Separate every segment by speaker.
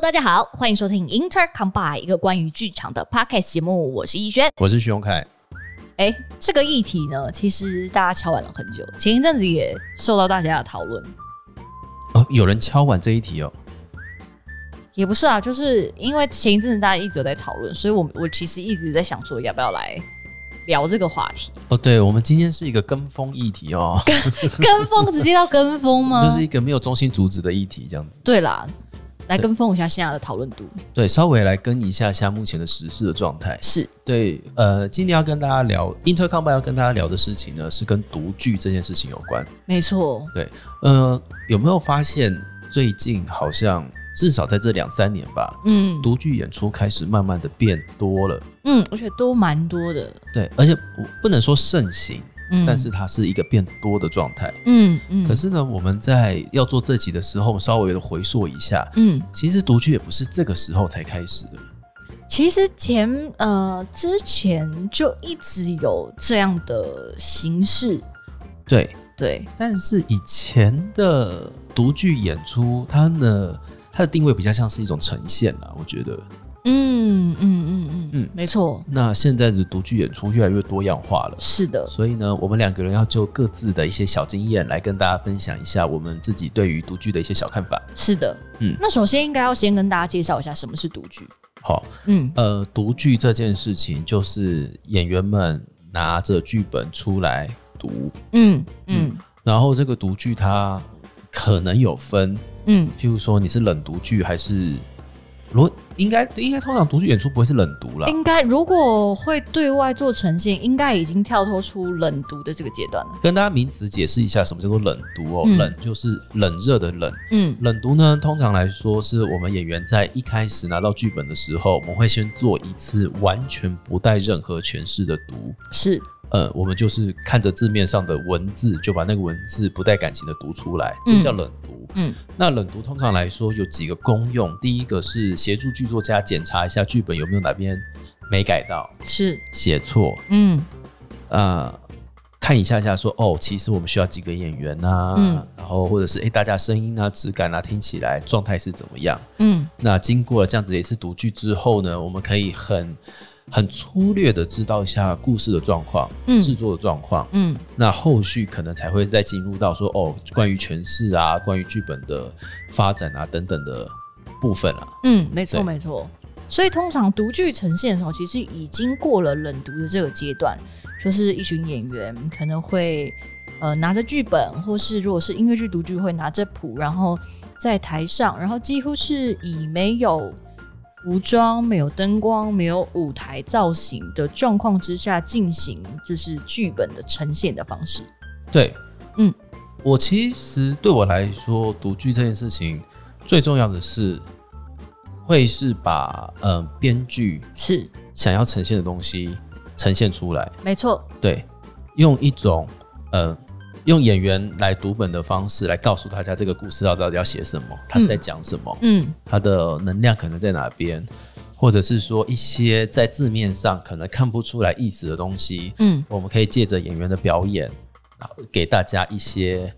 Speaker 1: 大家好，欢迎收听 Inter Combine 一个关于剧场的 podcast 节目，我是逸轩。
Speaker 2: 我是徐荣凯。
Speaker 1: 哎，这个议题呢，其实大家敲完了很久，前一阵子也受到大家的讨论，
Speaker 2: 哦，有人敲完这一题哦。
Speaker 1: 也不是啊，就是因为前一阵子大家一直有在讨论，所以我我其实一直在想说要不要来聊这个话题，
Speaker 2: 哦，对，我们今天是一个跟风议题哦，
Speaker 1: 跟风直接到跟风吗？
Speaker 2: 就是一个没有中心主旨的议题，这样子。
Speaker 1: 对啦，来跟风一下现在的讨论度
Speaker 2: 对，稍微来跟一下下目前的时事的状态。
Speaker 1: 是
Speaker 2: 对，呃，今天要跟大家聊 Intercom 要跟大家聊的事情呢，是跟独剧这件事情有关。
Speaker 1: 没错，
Speaker 2: 呃，有没有发现最近好像至少在这两三年吧，
Speaker 1: 嗯
Speaker 2: 独剧演出开始慢慢的变多了。
Speaker 1: 嗯，我觉得都蛮多的，
Speaker 2: 对，而且我不能说盛行，
Speaker 1: 嗯，
Speaker 2: 但是它是一个变多的状态。
Speaker 1: 嗯嗯，
Speaker 2: 可是呢，我们在要做这集的时候，稍微的回溯一下，
Speaker 1: 嗯。
Speaker 2: 其实独居也不是这个时候才开始的。
Speaker 1: 其实前呃之前就一直有这样的形式，
Speaker 2: 对，
Speaker 1: 对，
Speaker 2: 但是以前的独剧演出，它呢，它的定位比较像是一种呈现啦，我觉得。
Speaker 1: 嗯嗯嗯嗯嗯
Speaker 2: 嗯，
Speaker 1: 没错，
Speaker 2: 那现在的独剧演出越来越多样化了。
Speaker 1: 是的，
Speaker 2: 所以呢，我们两个人要就各自的一些小经验来跟大家分享一下我们自己对于独剧的一些小看法。
Speaker 1: 是的，
Speaker 2: 嗯
Speaker 1: 那首先应该要先跟大家介绍一下什么是独居，
Speaker 2: 好，
Speaker 1: 嗯
Speaker 2: 呃，读剧这件事情就是演员们拿着剧本出来读，
Speaker 1: 嗯嗯
Speaker 2: 然后这个读剧它可能有分，
Speaker 1: 嗯
Speaker 2: 譬如说你是冷读剧还是，如果应该应该通常读剧演出不会是冷读啦，
Speaker 1: 应该如果会对外做呈现，应该已经跳脱出冷读的这个阶段了，
Speaker 2: 跟大家名词解释一下什么叫做冷读哦，
Speaker 1: 嗯
Speaker 2: 冷就是冷热的冷，
Speaker 1: 嗯
Speaker 2: 冷读呢通常来说是我们演员在一开始拿到剧本的时候，我们会先做一次完全不带任何诠释的读，
Speaker 1: 是，
Speaker 2: 呃，我们就是看着字面上的文字，就把那个文字不带感情的读出来，这
Speaker 1: 嗯
Speaker 2: 叫冷读。
Speaker 1: 嗯
Speaker 2: 那冷读通常来说有几个功用，第一个是协助剧作家检查一下剧本有没有哪边没改到、
Speaker 1: 是，
Speaker 2: 写错，
Speaker 1: 嗯
Speaker 2: 呃，看一下下说哦，其实我们需要几个演员呐、
Speaker 1: 嗯
Speaker 2: 然后或者是诶，大家声音啊、质感啊，听起来状态是怎么样？
Speaker 1: 嗯
Speaker 2: 那经过了这样子的一次读剧之后呢，我们可以很很粗略的知道一下故事的状况、
Speaker 1: 嗯
Speaker 2: 制作的状况。
Speaker 1: 嗯
Speaker 2: 那后续可能才会再进入到说哦，关于诠释啊，关于剧本的发展啊等等的部分啊。
Speaker 1: 嗯，没错
Speaker 2: 对
Speaker 1: 没错。所以通常独剧呈现的时候，其实已经过了冷读的这个阶段，就是一群演员可能会呃拿着剧本，或是如果是音乐剧独剧会拿着谱，然后在台上，然后几乎是以没有服装、没有灯光、没有舞台造型的状况之下进行，就是剧本的呈现的方式。
Speaker 2: 对，
Speaker 1: 嗯，
Speaker 2: 我其实对我来说，读剧这件事情最重要的是，会是把嗯编剧
Speaker 1: 是，
Speaker 2: 想要呈现的东西呈现出来，
Speaker 1: 没错，
Speaker 2: 对，用一种呃。用演员来读本的方式来告诉大家这个故事到底要写什么，他是在讲什么，
Speaker 1: 嗯
Speaker 2: 它的能量可能在哪边，或者是说一些在字面上可能看不出来意思的东西，
Speaker 1: 嗯
Speaker 2: 我们可以借着演员的表演，然后给大家一些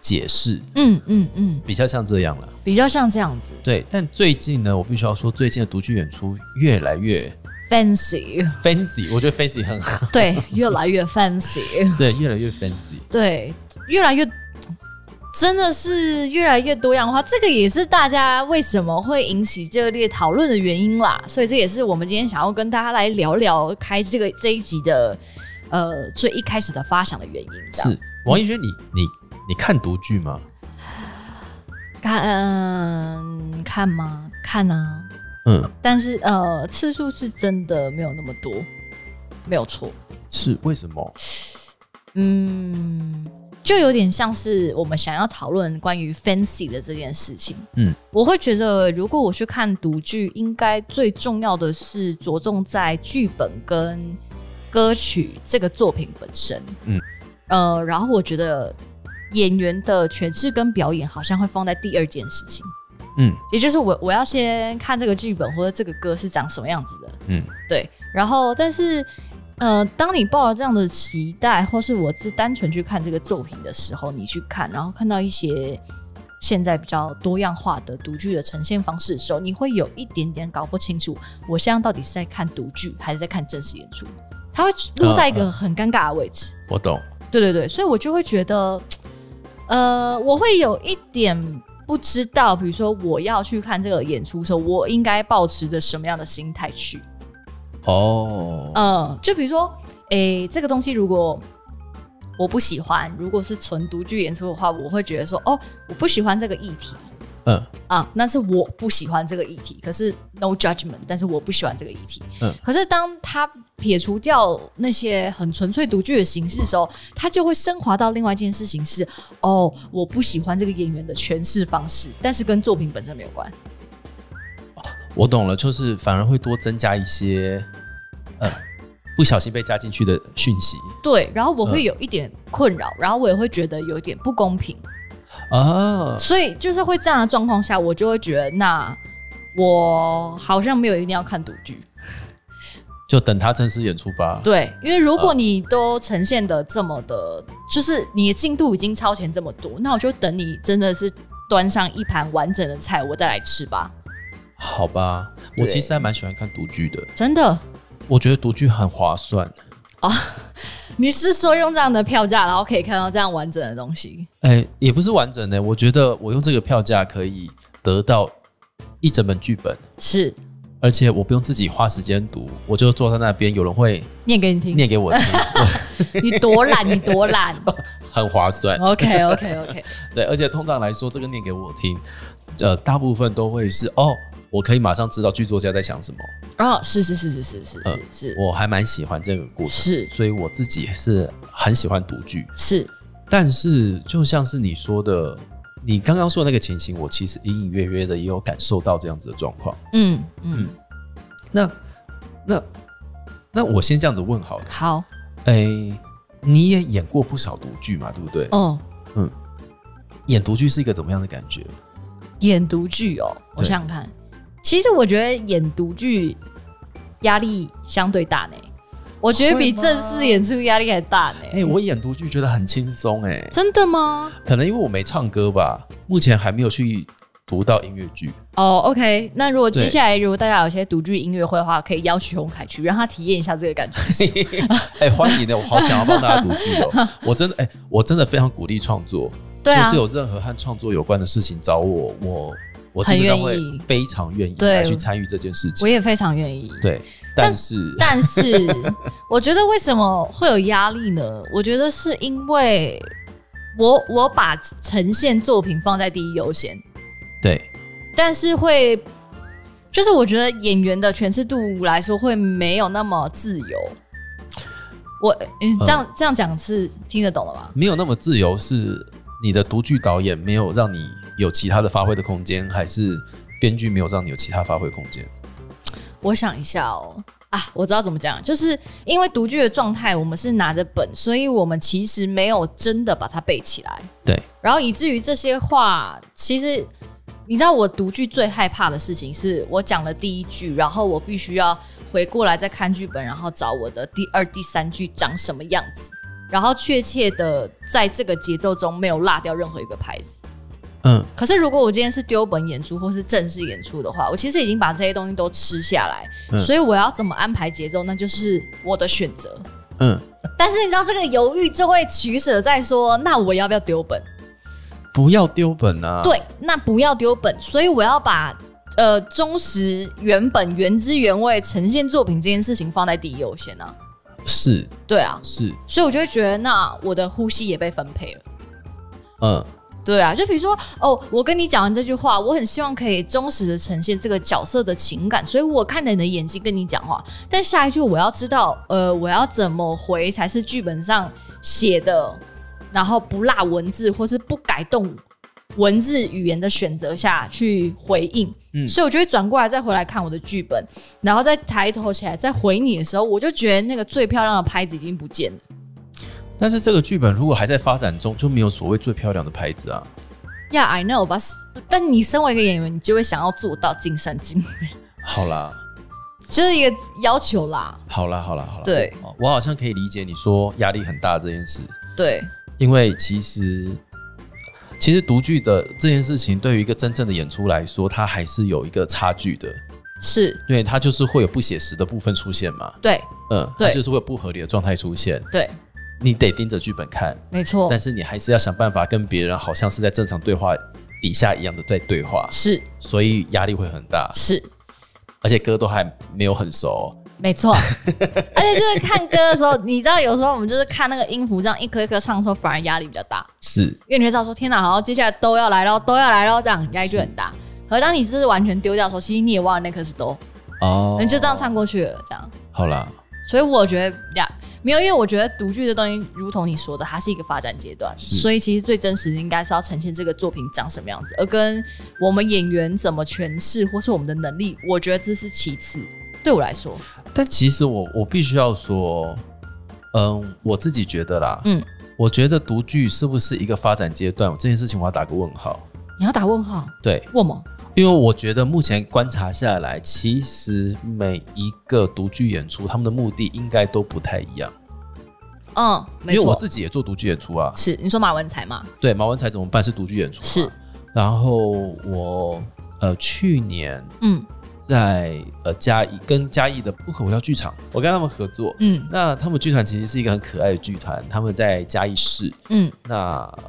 Speaker 2: 解释，
Speaker 1: 嗯嗯嗯，
Speaker 2: 比较像这样了。
Speaker 1: 比较像这样子
Speaker 2: 对，但最近呢，我必须要说，最近的独剧演出越来越
Speaker 1: ，fancy。
Speaker 2: fancy，我觉得 fancy 很好，
Speaker 1: 对，越来越 fancy，
Speaker 2: 对，越来越 fancy。
Speaker 1: 对，越来越真的是越来越多样化。这个也是大家为什么会引起热烈讨论的原因啦。所以这也是我们今天想要跟大家来聊聊开这个这一集的呃最一开始的发想的原因。这样
Speaker 2: 是王一轩，你你你看独剧吗？
Speaker 1: 看、嗯看吗？看啊，
Speaker 2: 嗯，
Speaker 1: 但是呃次数是真的没有那么多，没有错。
Speaker 2: 是为什么？
Speaker 1: 嗯，就有点像是我们想要讨论关于 fancy 的这件事情。
Speaker 2: 嗯，
Speaker 1: 我会觉得，如果我去看独剧，应该最重要的是着重在剧本跟歌曲这个作品本身。
Speaker 2: 嗯，
Speaker 1: 呃，然后我觉得演员的诠释跟表演好像会放在第二件事情。
Speaker 2: 嗯
Speaker 1: 也就是我我要先看这个剧本或者这个歌是长什么样子的，
Speaker 2: 嗯，
Speaker 1: 对。然后，但是，呃，当你抱着这样的期待，或是我是单纯去看这个作品的时候，你去看，然后看到一些现在比较多样化的读剧的呈现方式的时候，你会有一点点搞不清楚，我现在到底是在看读剧还是在看正式演出？它会落在一个很尴尬的位置。
Speaker 2: 我懂，
Speaker 1: 对对对，所以我就会觉得，呃，我会有一点不知道，比如说我要去看这个演出的时候，我应该保持着什么样的心态去？
Speaker 2: 哦，
Speaker 1: 嗯，就比如说，诶、这个东西如果我不喜欢，如果是纯独剧演出的话，我会觉得说，哦，我不喜欢这个议题
Speaker 2: 嗯
Speaker 1: 啊，那是我不喜欢这个议题。可是 no judgment，但是我不喜欢这个议题。
Speaker 2: 嗯
Speaker 1: 可是当他撇除掉那些很纯粹独剧的形式的时候，他就会升华到另外一件事情是，哦，我不喜欢这个演员的诠释方式，但是跟作品本身没有关。
Speaker 2: 我懂了，就是反而会多增加一些，呃，不小心被加进去的讯息
Speaker 1: 对，然后我会有一点困扰，然后我也会觉得有一点不公平。
Speaker 2: 啊，
Speaker 1: 所以就是会这样的状况下，我就会觉得，那我好像没有一定要看独剧。
Speaker 2: 就等他正式演出吧。
Speaker 1: 对，因为如果你都呈现的这么的，就是你的进度已经超前这么多，那我就等你真的是端上一盘完整的菜，我再来吃吧。
Speaker 2: 好吧，
Speaker 1: 对
Speaker 2: 我其实还蛮喜欢看独剧的，
Speaker 1: 真的，
Speaker 2: 我觉得独剧很划算。
Speaker 1: 你是说用这样的票价，然后可以看到这样完整的东西？
Speaker 2: 哎、也不是完整的，我觉得我用这个票价可以得到一整本剧本，
Speaker 1: 是
Speaker 2: 而且我不用自己花时间读，我就坐在那边，有人会
Speaker 1: 念给你听，
Speaker 2: 念给我听，
Speaker 1: 你多 懒，你多懒。
Speaker 2: 很划算。
Speaker 1: OK OK OK，
Speaker 2: 对，而且通常来说，这个念给我听，呃，大部分都会是哦，我可以马上知道剧作家在想什么，
Speaker 1: 啊，是是是是是是
Speaker 2: 呃
Speaker 1: 是
Speaker 2: 我还蛮喜欢这个故事，
Speaker 1: 是
Speaker 2: 所以我自己是很喜欢读剧。
Speaker 1: 是是，
Speaker 2: 但是就像是你说的，你刚刚说的那个情形，我其实隐隐约约的也有感受到这样子的状况。
Speaker 1: 嗯嗯，
Speaker 2: 那那那我先这样子问好了，
Speaker 1: 好，
Speaker 2: 哎、你也演过不少独剧嘛，对不对？
Speaker 1: 嗯。
Speaker 2: 演独剧是一个怎么样的感觉？
Speaker 1: 演读剧哦，我
Speaker 2: 对
Speaker 1: 想想看，其实我觉得演读剧压力相对大呢，我觉得比
Speaker 2: 会吗
Speaker 1: 正式演出压力还大呢。
Speaker 2: 哎、我演独剧觉得很轻松哎，
Speaker 1: 真的吗？
Speaker 2: 可能因为我没唱歌吧，目前还没有去读到音乐 剧。
Speaker 1: 哦、o k 那如果接
Speaker 2: 对
Speaker 1: 下来如果大家有些独剧音乐会的话，可以邀许洪凯去，让他体验一下这个感 觉。
Speaker 2: 哎、欢迎的，我好想要帮大家读剧哦！我真的哎、我真的非常鼓励创作，
Speaker 1: 对啊
Speaker 2: 就是，有任何和创作有关的事情找我，我我基
Speaker 1: 很
Speaker 2: 本
Speaker 1: 愿
Speaker 2: 上会
Speaker 1: 意
Speaker 2: 非常愿意
Speaker 1: 对
Speaker 2: 来去参与这件事
Speaker 1: 我
Speaker 2: 情。
Speaker 1: 也非常愿意。
Speaker 2: 对，但是
Speaker 1: 但是我觉得为什么会有压力呢？我觉得是因为我我把呈现作品放在第一优先，
Speaker 2: 对
Speaker 1: 但是会，就是我觉得演员的诠释度来说会没有那么自由。我嗯，这样、这样讲是听得懂了吗？
Speaker 2: 没有那么自由，是你的独剧导演没有让你有其他的发挥的空间，还是编剧没有让你有其他发挥空间？
Speaker 1: 我想一下哦，啊，我知道怎么讲，就是因为读剧的状态，我们是拿着本，所以我们其实没有真的把它背起来。
Speaker 2: 对，
Speaker 1: 然后以至于这些话，其实你知道，我读剧最害怕的事情是我讲了第一句，然后我必须要回过来再看剧本，然后找我的第二、第三句长什么样子，然后确切的在这个节奏中没有落掉任何一个拍子。
Speaker 2: 嗯，
Speaker 1: 可是如果我今天是丢本演出或是正式演出的话，我其实已经把这些东西都吃下来，
Speaker 2: 嗯
Speaker 1: 所以我要怎么安排节奏，那就是我的选择。
Speaker 2: 嗯，
Speaker 1: 但是你知道这个犹豫就会取舍在说，那我要不要丢本？
Speaker 2: 不要丢本啊！，
Speaker 1: 对，那不要丢本，所以我要把呃忠实原本原汁原味呈现作品这件事情放在第一优先啊。
Speaker 2: 是
Speaker 1: 对啊，
Speaker 2: 是，
Speaker 1: 所以我就会觉得，那我的呼吸也被分配了。
Speaker 2: 嗯，
Speaker 1: 对啊，就比如说，哦，我跟你讲完这句话，我很希望可以忠实的呈现这个角色的情感，所以我看着你的眼睛跟你讲话。但下一句我要知道，呃，我要怎么回才是剧本上写的，然后不落文字或是不改动文字语言的选择下去回应。
Speaker 2: 嗯
Speaker 1: 所以我就会转过来再回来看我的剧本，然后再抬头起来再回你的时候，我就觉得那个最漂亮的拍子已经不见了。
Speaker 2: 但是这个剧本如果还在发展中，就没有所谓最漂亮的牌子啊。
Speaker 1: Yeah, I know, but 但你身为一个演员，你就会想要做到尽善尽美，
Speaker 2: 好啦，
Speaker 1: 就是一个要求啦。
Speaker 2: 好啦，好啦，好啦。
Speaker 1: 对
Speaker 2: 我，我好像可以理解你说压力很大这件事，
Speaker 1: 对，
Speaker 2: 因为其实其实独剧的这件事情，对于一个真正的演出来说，它还是有一个差距的，
Speaker 1: 是
Speaker 2: 因为它就是会有不写实的部分出现嘛，
Speaker 1: 对
Speaker 2: 嗯，
Speaker 1: 对嗯
Speaker 2: 它就是会有不合理的状态出现，
Speaker 1: 对，
Speaker 2: 你得盯着剧本看，
Speaker 1: 没错
Speaker 2: 但，是你还是要想办法跟别人好像是在正常对话底下一样的在对话，
Speaker 1: 是
Speaker 2: 所以压力会很大，
Speaker 1: 是
Speaker 2: 而且歌都还没有很熟，
Speaker 1: 没 错。而且就是看歌的时候，你知道有时候我们就是看那个音符这样一颗一颗唱的时候，反而压力比较大，
Speaker 2: 是
Speaker 1: 因为你会知道说天哪，好，接下来都要来喽，都要来喽，这样压力就很大。可当你就是完全丢掉的时候，其实你也忘了那颗是哆，
Speaker 2: 哦，
Speaker 1: 你就这样唱过去了，这样。
Speaker 2: 好啦，
Speaker 1: 所以我觉得呀，没有，因为我觉得独剧这东西，如同你说的，它是一个发展阶段，
Speaker 2: 是
Speaker 1: 所以其实最真实的应该是要呈现这个作品长什么样子，而跟我们演员怎么诠释，或是我们的能力，我觉得这是其次。对我来说，
Speaker 2: 但其实我我必须要说，嗯，我自己觉得啦，
Speaker 1: 嗯，
Speaker 2: 我觉得独剧是不是一个发展阶段，这件事情我要打个问号。
Speaker 1: 你要打问号，
Speaker 2: 对，
Speaker 1: 问吗？
Speaker 2: 因为我觉得目前观察下来，其实每一个独剧演出，他们的目的应该都不太一样。
Speaker 1: 嗯，
Speaker 2: 因
Speaker 1: 没
Speaker 2: 为我
Speaker 1: 错，
Speaker 2: 自己也做独剧演出啊，
Speaker 1: 是你说马文才嘛？
Speaker 2: 对，马文才怎么办是独剧演出嘛，啊
Speaker 1: 是。
Speaker 2: 然后我呃去年
Speaker 1: 嗯
Speaker 2: 在呃嘉义跟嘉义的不可无聊剧场，我跟他们合作。
Speaker 1: 嗯
Speaker 2: 那他们剧团其实是一个很可爱的剧团，他们在嘉义市。
Speaker 1: 嗯
Speaker 2: 那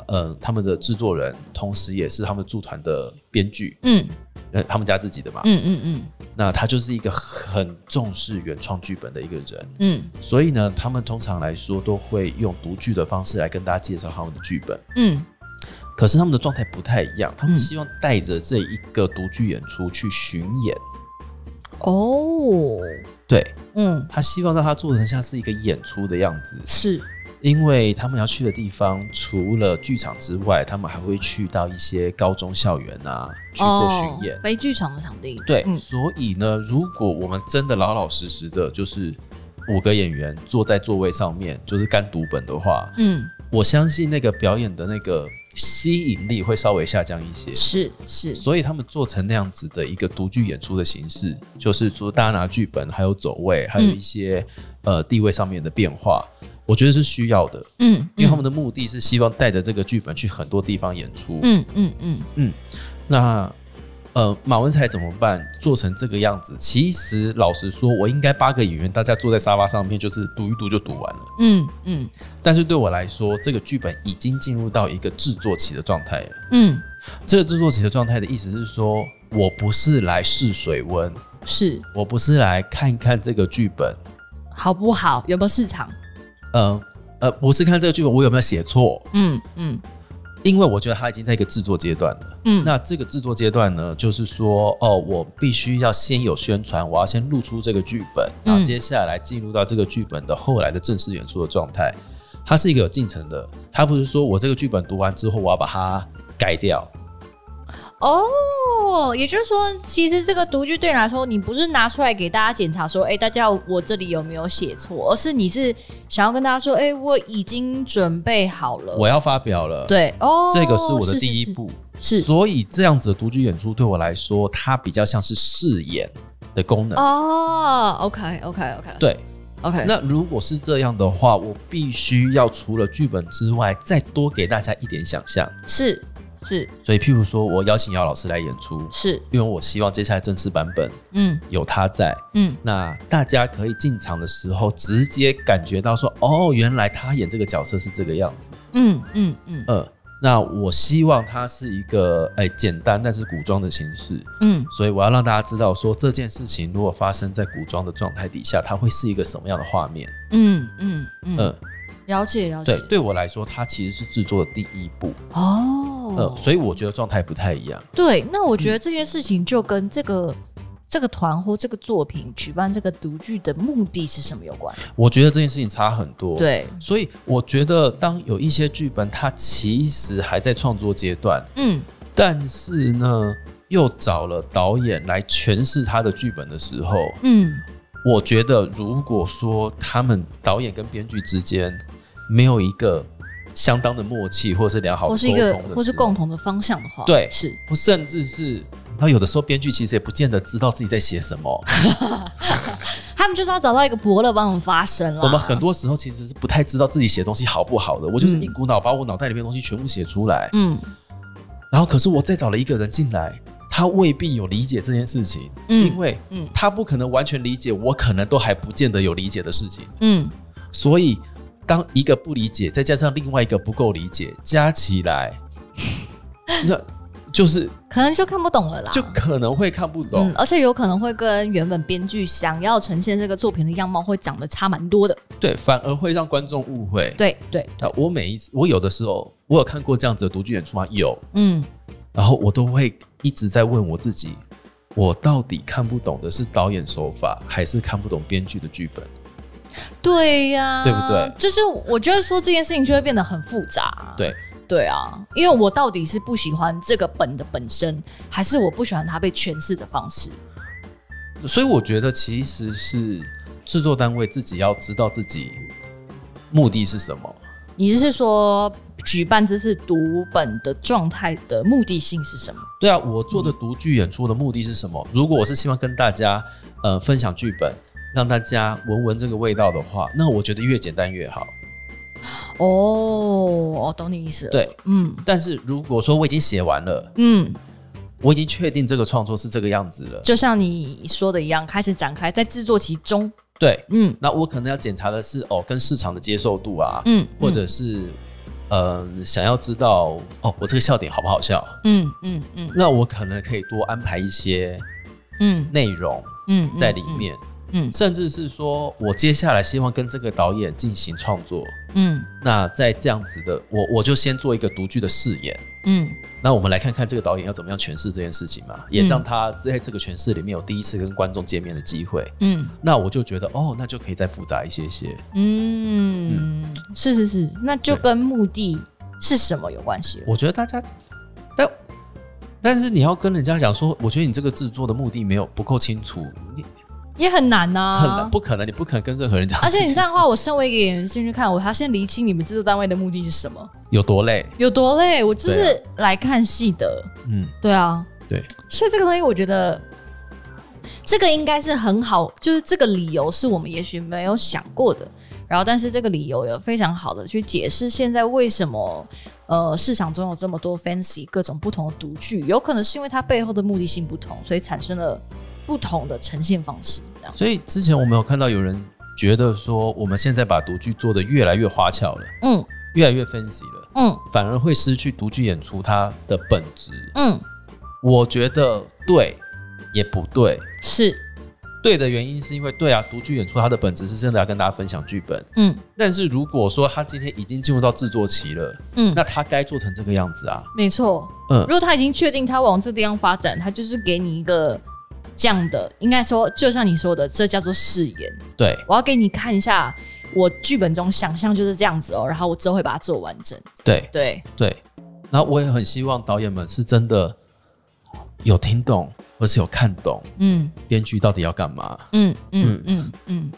Speaker 2: 呃，他们的制作人同时也是他们驻团的编剧，
Speaker 1: 嗯
Speaker 2: 呃，他们家自己的嘛。
Speaker 1: 嗯嗯嗯
Speaker 2: 那他就是一个很重视原创剧本的一个人，
Speaker 1: 嗯
Speaker 2: 所以呢，他们通常来说都会用读剧的方式来跟大家介绍他们的剧本。
Speaker 1: 嗯，
Speaker 2: 可是他们的状态不太一样，他们
Speaker 1: 嗯
Speaker 2: 希望带着这一个独剧演出去巡演，嗯
Speaker 1: 哦，
Speaker 2: 对
Speaker 1: 嗯，
Speaker 2: 他希望让他做成像是一个演出的样子，
Speaker 1: 是
Speaker 2: 因为他们要去的地方除了剧场之外，他们还会去到一些高中校园啊去做巡演。
Speaker 1: 哦非剧场的场地，
Speaker 2: 对，
Speaker 1: 嗯
Speaker 2: 所以呢，如果我们真的老老实实的，就是五个演员坐在座位上面，就是干读本的话，
Speaker 1: 嗯，
Speaker 2: 我相信那个表演的那个吸引力会稍微下降一些。
Speaker 1: 是是，
Speaker 2: 所以他们做成那样子的一个独剧演出的形式，就是说大家拿剧本，还有走位，还有一些、呃地位上面的变化，我觉得是需要的，
Speaker 1: 嗯，
Speaker 2: 因为他
Speaker 1: 嗯
Speaker 2: 们的目的是希望带着这个剧本去很多地方演出。
Speaker 1: 嗯嗯嗯，
Speaker 2: 那呃，马文才怎么办？做成这个样子，其实老实说，我应该八个演员大家坐在沙发上面，就是读一读就读完了。
Speaker 1: 嗯嗯
Speaker 2: 但是对我来说，这个剧本已经进入到一个制作期的状态了。
Speaker 1: 嗯，
Speaker 2: 这个制作期的状态的意思是说，我不是来试水温，
Speaker 1: 是
Speaker 2: 我不是来看一看这个剧本，
Speaker 1: 好不好？有没有市场？
Speaker 2: 呃呃，不是看这个剧本我有没有写错，
Speaker 1: 嗯嗯
Speaker 2: 因为我觉得它已经在一个制作阶段了。
Speaker 1: 嗯，
Speaker 2: 那这个制作阶段呢，就是说，哦，我必须要先有宣传，我要先露出这个剧本，
Speaker 1: 嗯
Speaker 2: 然后接下来进入到这个剧本的后来的正式演出的状态。它是一个有进程的，它不是说我这个剧本读完之后，我要把它改掉。
Speaker 1: 嗯哦，也就是说，其实这个独居对你来说，你不是拿出来给大家检查说，哎、大家我这里有没有写错，而是你是想要跟大家说，哎、我已经准备好了。
Speaker 2: 我要发表了，，
Speaker 1: 对哦，
Speaker 2: 这个是我的
Speaker 1: 是
Speaker 2: 第一，步。
Speaker 1: 是是嗯是
Speaker 2: 所以这样子的独居演出对我来说，它比较像是试演的功能。
Speaker 1: 哦，OK OK OK
Speaker 2: 对，
Speaker 1: OK，
Speaker 2: 那如果是这样的话，我必须要除了剧本之外，再多给大家一点想象。
Speaker 1: 是是
Speaker 2: 所以，譬如说我邀请姚老师来演出，
Speaker 1: 是，
Speaker 2: 因为我希望接下来正式版本
Speaker 1: 嗯
Speaker 2: 有他在，
Speaker 1: 嗯
Speaker 2: 那大家可以进场的时候直接感觉到说，哦，原来他演这个角色是这个样子。
Speaker 1: 嗯嗯嗯
Speaker 2: 呃，那我希望它是一个哎、简单但是古装的形式，
Speaker 1: 嗯，
Speaker 2: 所以我要让大家知道说这件事情如果发生在古装的状态底下，它会是一个什么样的画面。
Speaker 1: 嗯嗯嗯，
Speaker 2: 嗯，
Speaker 1: 了解了解
Speaker 2: 对，，对我来说，它其实是制作的第一步。
Speaker 1: 哦，
Speaker 2: 嗯，所以我觉得状态不太一样。
Speaker 1: 对，那我
Speaker 2: 嗯
Speaker 1: 觉得这件事情就跟这个、这个团或这个作品举办这个独剧的目的是什么有关。
Speaker 2: 我觉得这件事情差很多。。
Speaker 1: 对，
Speaker 2: 所以我觉得，当有一些剧本它其实还在创作阶段，
Speaker 1: 嗯，
Speaker 2: 但是呢，又找了导演来诠释他的剧本的时候，
Speaker 1: 嗯，
Speaker 2: 我觉得，如果说他们导演跟编剧之间没有一个相当的默契，或是良好的
Speaker 1: 或
Speaker 2: 沟
Speaker 1: 是
Speaker 2: 通
Speaker 1: 一
Speaker 2: 的时
Speaker 1: 个
Speaker 2: 候，
Speaker 1: 或是共同的方向的话，
Speaker 2: 对
Speaker 1: 是
Speaker 2: 或甚至是他有的时候编剧其实也不见得知道自己在写什么。
Speaker 1: 他们就是要找到一个伯乐帮我们发声了。
Speaker 2: 我们很多时候其实是不太知道自己写东西好不好的。我就是一股脑把我脑袋里面的东西全部写出来，
Speaker 1: 嗯
Speaker 2: 然后可是我再找了一个人进来，他未必有理解这件事情，因
Speaker 1: 嗯
Speaker 2: 为
Speaker 1: 嗯
Speaker 2: 他不可能完全理解，我可能都还不见得有理解的事情。
Speaker 1: 嗯
Speaker 2: 所以，当一个不理解，再加上另外一个不够理解，加起来， 那就是
Speaker 1: 可能就看不懂了啦。
Speaker 2: 就可能会看不懂。
Speaker 1: 啊嗯，而且有可能会跟原本编剧想要呈现这个作品的样貌会长得差蛮多的。
Speaker 2: 对，反而会让观众误会。
Speaker 1: 对对，
Speaker 2: 啊，我每一次，我有的时候，我有看过这样子的独剧演出吗？有，
Speaker 1: 嗯
Speaker 2: 然后我都会一直在问我自己，我到底看不懂的是导演手法，还是看不懂编剧的剧本？
Speaker 1: 对呀、
Speaker 2: 对不对
Speaker 1: 就是我觉得说这件事情就会变得很复杂。
Speaker 2: 对
Speaker 1: 对啊，因为我到底是不喜欢这个本的本身，还是我不喜欢它被诠释的方式？
Speaker 2: 所以我觉得其实是制作单位自己要知道自己目的是什么。
Speaker 1: 你是说举办这次读本的状态的目的性是什么？
Speaker 2: 对啊，我做的独剧演出的目的是什么？如果我是希望跟大家呃分享剧本，让大家闻闻这个味道的话，那我觉得越简单越好。
Speaker 1: 哦，我懂你意思了。，
Speaker 2: 对，
Speaker 1: 嗯
Speaker 2: 但是如果说我已经写完了，
Speaker 1: 嗯，
Speaker 2: 我已经确定这个创作是这个样子了，
Speaker 1: 就像你说的一样，开始展开在制作其中。
Speaker 2: 对，
Speaker 1: 嗯
Speaker 2: 那我可能要检查的是哦，跟市场的接受度啊，
Speaker 1: 嗯，
Speaker 2: 或者是嗯、呃想要知道哦，我这个笑点好不好笑？
Speaker 1: 嗯嗯嗯
Speaker 2: 那我可能可以多安排一些
Speaker 1: 嗯
Speaker 2: 内容
Speaker 1: 嗯
Speaker 2: 在里，面，
Speaker 1: 嗯
Speaker 2: 甚至是说我接下来希望跟这个导演进行创作。
Speaker 1: 嗯
Speaker 2: 那在这样子的，我我就先做一个独具的试演。
Speaker 1: 嗯
Speaker 2: 那我们来看看这个导演要怎么样诠释这件事情嘛，也让他在这个诠释里面有第一次跟观众见面的机会。
Speaker 1: 嗯
Speaker 2: 那我就觉得，哦，那就可以再复杂一些些。
Speaker 1: 嗯，是是是，那就
Speaker 2: 对
Speaker 1: 跟目的是什么有关系了。
Speaker 2: 我觉得大家，但但是你要跟人家讲说，我觉得你这个制作的目的没有不够清楚，你
Speaker 1: 也很难啊呐、
Speaker 2: 很难，不可能，你不可能跟任何人 讲。
Speaker 1: 而且你这样的话，我身为一个演员进去看，我还要先厘清你们制作单位的目的是什么，
Speaker 2: 有多累？
Speaker 1: 有多累。我就
Speaker 2: 对
Speaker 1: 是来看戏的，
Speaker 2: 嗯，
Speaker 1: 对啊，
Speaker 2: 对，
Speaker 1: 所以这个东西，我觉得这个应该是很好，就是这个理由是我们也许没有想过的。然后，但是这个理由有非常好的去解释现在为什么呃市场中有这么多 fancy 各种不同的独具，有可能是因为它背后的目的性不同，所以产生了不同的呈现方式。这样，
Speaker 2: 所以之前我们有看到有人觉得说，我们现在把独剧做的越来越花俏了，
Speaker 1: 嗯
Speaker 2: 越来越分析了。
Speaker 1: 嗯
Speaker 2: 反而会失去独剧演出它的本质。
Speaker 1: 嗯，
Speaker 2: 我觉得对，也不对。
Speaker 1: 是，
Speaker 2: 对的原因是因为对啊，独剧演出它的本质是真的要跟大家分享剧本。
Speaker 1: 嗯
Speaker 2: 但是如果说他今天已经进入到制作期了，
Speaker 1: 嗯，
Speaker 2: 那他该做成这个样子啊。
Speaker 1: 没错。
Speaker 2: 嗯
Speaker 1: 如果他已经确定他往这地方发展，他就是给你一个这样的，应该说就像你说的，这叫做誓言。
Speaker 2: 对，
Speaker 1: 我要给你看一下我剧本中想象就是这样子哦，然后我之后会把它做完整。
Speaker 2: 对，
Speaker 1: 对，
Speaker 2: 对。然后我也很希望导演们是真的有听懂，而是有看懂
Speaker 1: 嗯
Speaker 2: 编剧到底要干嘛。
Speaker 1: 嗯嗯嗯嗯，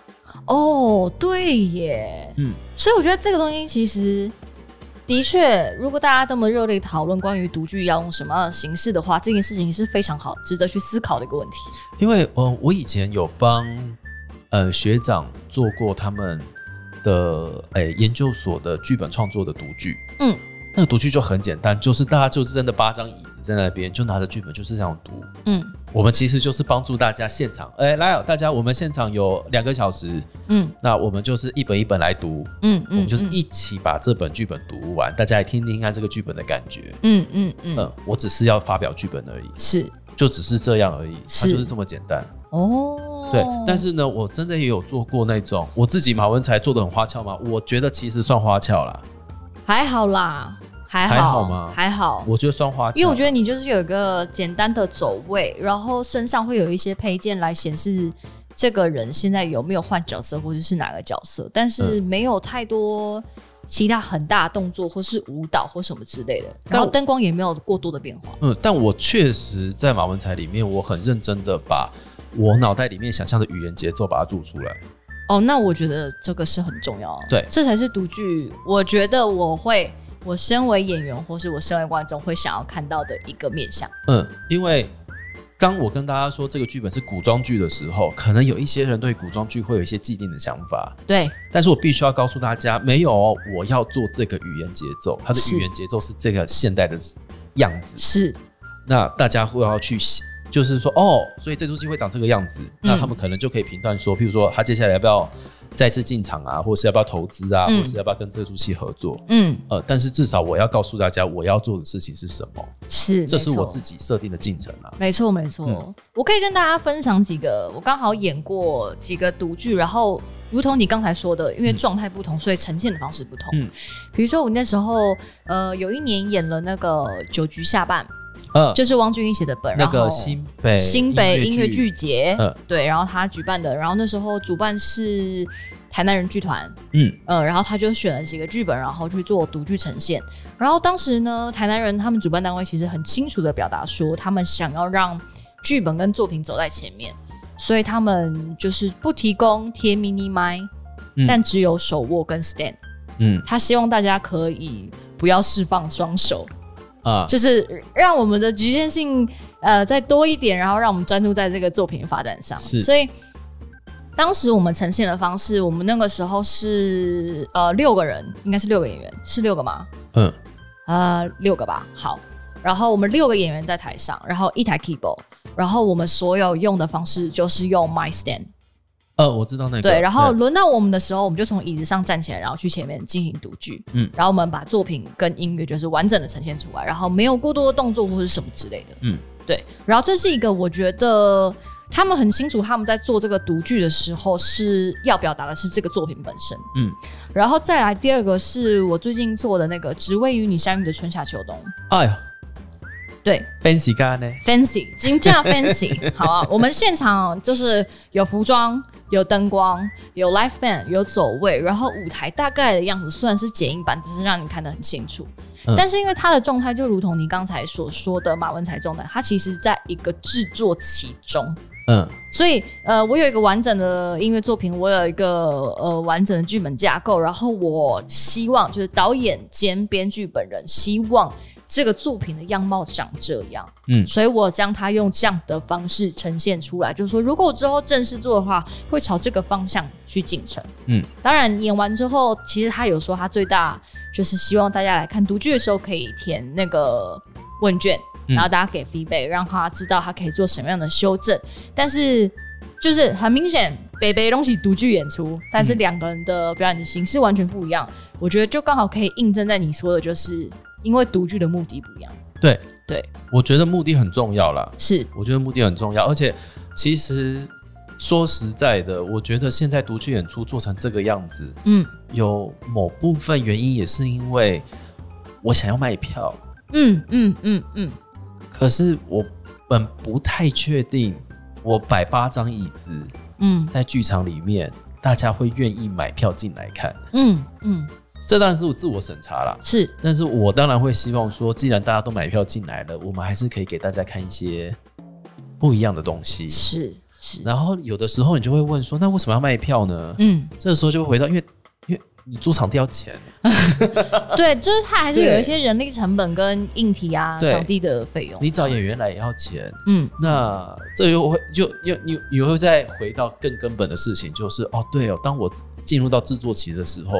Speaker 1: 哦，对耶，
Speaker 2: 嗯，
Speaker 1: 所以我觉得这个东西其实。的确，如果大家这么热烈讨论关于独剧要用什么样的形式的话，这件事情是非常好、值得去思考的一个问题。
Speaker 2: 因为呃，我以前有帮呃学长做过他们的诶、研究所的剧本创作的读剧，
Speaker 1: 嗯，
Speaker 2: 那个读剧就很简单，就是大家就是真的八张椅子在那边，就拿着剧本就是这样读。
Speaker 1: 嗯
Speaker 2: 我们其实就是帮助大家现场，哎、来哦，大家我们现场有两个小时，
Speaker 1: 嗯
Speaker 2: 那我们就是一本一本来读，
Speaker 1: 嗯
Speaker 2: 我们
Speaker 1: 嗯，
Speaker 2: 就是一起把这本剧本读完，大家来听听看这个剧本的感觉。
Speaker 1: 嗯嗯嗯嗯，
Speaker 2: 嗯，我只是要发表剧本而已，
Speaker 1: 是
Speaker 2: 就只是这样而已，它
Speaker 1: 是
Speaker 2: 就是这么简单。
Speaker 1: 哦，
Speaker 2: 对，但是呢，我真的也有做过那种我自己马文才做的很花俏吗？我觉得其实算花俏啦，
Speaker 1: 还好啦，还好
Speaker 2: 还好吗
Speaker 1: 还好，
Speaker 2: 我觉得算花俏，
Speaker 1: 因为我觉得你就是有一个简单的走位，然后身上会有一些配件来显示这个人现在有没有换角色或者是哪个角色，但是没有太多其他很大的动作或是舞蹈或什么之类的，
Speaker 2: 但
Speaker 1: 然
Speaker 2: 我
Speaker 1: 后灯光也没有过多的变化。
Speaker 2: 嗯，但我确实在马文才里面，我很认真的把我脑袋里面想象的语言节奏把它做出来。
Speaker 1: 哦，那我觉得这个是很重要的，
Speaker 2: 对
Speaker 1: 这才是独剧。我觉得我会，我身为演员或是我身为观众会想要看到的一个面向。
Speaker 2: 嗯，因为当我跟大家说这个剧本是古装剧的时候，可能有一些人对古装剧会有一些既定的想法，
Speaker 1: 对，
Speaker 2: 但是我必须要告诉大家，没有哦，我要做这个语言节奏，它的
Speaker 1: 是
Speaker 2: 语言节奏是这个现代的样子，
Speaker 1: 是
Speaker 2: 那大家会要去想，就是说哦，所以这出戏会长这个样子，
Speaker 1: 嗯
Speaker 2: 那他们可能就可以评断说，譬如说他接下来要不要再次进场啊，或是要不要投资啊，
Speaker 1: 嗯
Speaker 2: 或是要不要跟这出戏合作。
Speaker 1: 嗯
Speaker 2: 呃，但是至少我要告诉大家我要做的事情是什么，
Speaker 1: 是，
Speaker 2: 这是
Speaker 1: 没错
Speaker 2: 我自己设定的进程啊。
Speaker 1: 没错，没错。
Speaker 2: 嗯
Speaker 1: 我可以跟大家分享几个，我刚好演过几个独剧，然后如同你刚才说的，因为
Speaker 2: 嗯
Speaker 1: 状态不同，所以呈现的方式不同。
Speaker 2: 嗯
Speaker 1: 比如说我那时候，呃，有一年演了那个《九局下半》，
Speaker 2: 呃，
Speaker 1: 就是汪俊英写的本，
Speaker 2: 那
Speaker 1: 然后
Speaker 2: 个新北
Speaker 1: 新北音乐剧节，
Speaker 2: 嗯
Speaker 1: 对，然后他举办的，然后那时候主办是台南人剧团，
Speaker 2: 嗯
Speaker 1: 嗯，然后他就选了几个剧本，然后去做独剧呈现。然后当时呢，台南人他们主办单位其实很清楚的表达说，他们想要让剧本跟作品走在前面，所以他们就是不提供贴 mini 麦
Speaker 2: 嗯，
Speaker 1: 但只有手握跟 stand。
Speaker 2: 嗯
Speaker 1: 他希望大家可以不要释放双手，
Speaker 2: 啊，
Speaker 1: 就是让我们的局限性呃再多一点，然后让我们专注在这个作品的发展上。
Speaker 2: 是
Speaker 1: 所以当时我们呈现的方式，我们那个时候是呃六个人，应该是六个演员，是六个吗？
Speaker 2: 嗯
Speaker 1: 呃，六个吧。好，然后我们六个演员在台上，然后一台 keyboard，然后我们所有用的方式就是用 my stand。
Speaker 2: 呃，我知道那个
Speaker 1: 对，然后轮到我们的时候，我们就从椅子上站起来，然后去前面进行读剧。
Speaker 2: 嗯
Speaker 1: 嗯，然后我们把作品跟音乐就是完整的呈现出来，然后没有过多的动作或是什么之类的。
Speaker 2: 嗯
Speaker 1: 嗯，对。然后这是一个我觉得他们很清楚，他们在做这个读剧的时候是要表达的是这个作品本身。
Speaker 2: 嗯
Speaker 1: 嗯，然后再来第二个是我最近做的那个《只位于你相遇的春夏秋冬》。
Speaker 2: 哎呀
Speaker 1: 对
Speaker 2: ，fancy 咖呢？
Speaker 1: ，fancy，金价 fancy，好啊！我们现场就是有服装、有灯光、有 live band、有走位，然后舞台大概的样子虽然是剪映版，只是让你看得很清楚。
Speaker 2: 嗯
Speaker 1: 但是因为他的状态就如同你刚才所说的马文才状态，他其实在一个制作其中，
Speaker 2: 嗯
Speaker 1: 所以呃，我有一个完整的音乐作品，我有一个呃完整的剧本架构，然后我希望就是导演兼编剧本人希望这个作品的样貌长这样，
Speaker 2: 嗯
Speaker 1: 所以我将它用这样的方式呈现出来，就是说，如果我之后正式做的话，会朝这个方向去进程。
Speaker 2: 嗯，
Speaker 1: 当然演完之后，其实他有说他最大就是希望大家来看读剧的时候可以填那个问卷。
Speaker 2: 嗯
Speaker 1: 然后大家给 feedback，让他知道他可以做什么样的修正。但是就是很明显，北北东西独具演出，但是两个人的表演的形式完全不一样。我觉得就刚好可以印证在你说的，就是因为独具的目的不一样。
Speaker 2: 对
Speaker 1: 对，
Speaker 2: 我觉得目的很重要啦，
Speaker 1: 是
Speaker 2: 我觉得目的很重要，而且其实说实在的，我觉得现在独剧演出做成这个样子，
Speaker 1: 嗯
Speaker 2: 有某部分原因也是因为我想要卖票，
Speaker 1: 嗯嗯嗯嗯，
Speaker 2: 可是我本不太确定，我摆八张椅子
Speaker 1: 嗯
Speaker 2: 在剧场里面，大家会愿意买票进来看，
Speaker 1: 嗯嗯，
Speaker 2: 这当然是我自我审查啦。
Speaker 1: 是
Speaker 2: 但是我当然会希望说，既然大家都买票进来了，我们还是可以给大家看一些不一样的东西。
Speaker 1: 是是，
Speaker 2: 然后有的时候你就会问说，那为什么要卖票呢？
Speaker 1: 嗯，
Speaker 2: 这时候就会回到，因为因为你租场地要钱，
Speaker 1: 对，就是它还是有
Speaker 2: 对
Speaker 1: 一些人力成本跟硬体啊、
Speaker 2: 对
Speaker 1: 场地的费用。
Speaker 2: 你找演员来也要钱，
Speaker 1: 嗯
Speaker 2: 那这又会就又你你又再回到更根本的事情，就是哦对哦，当我进入到制作期的时候，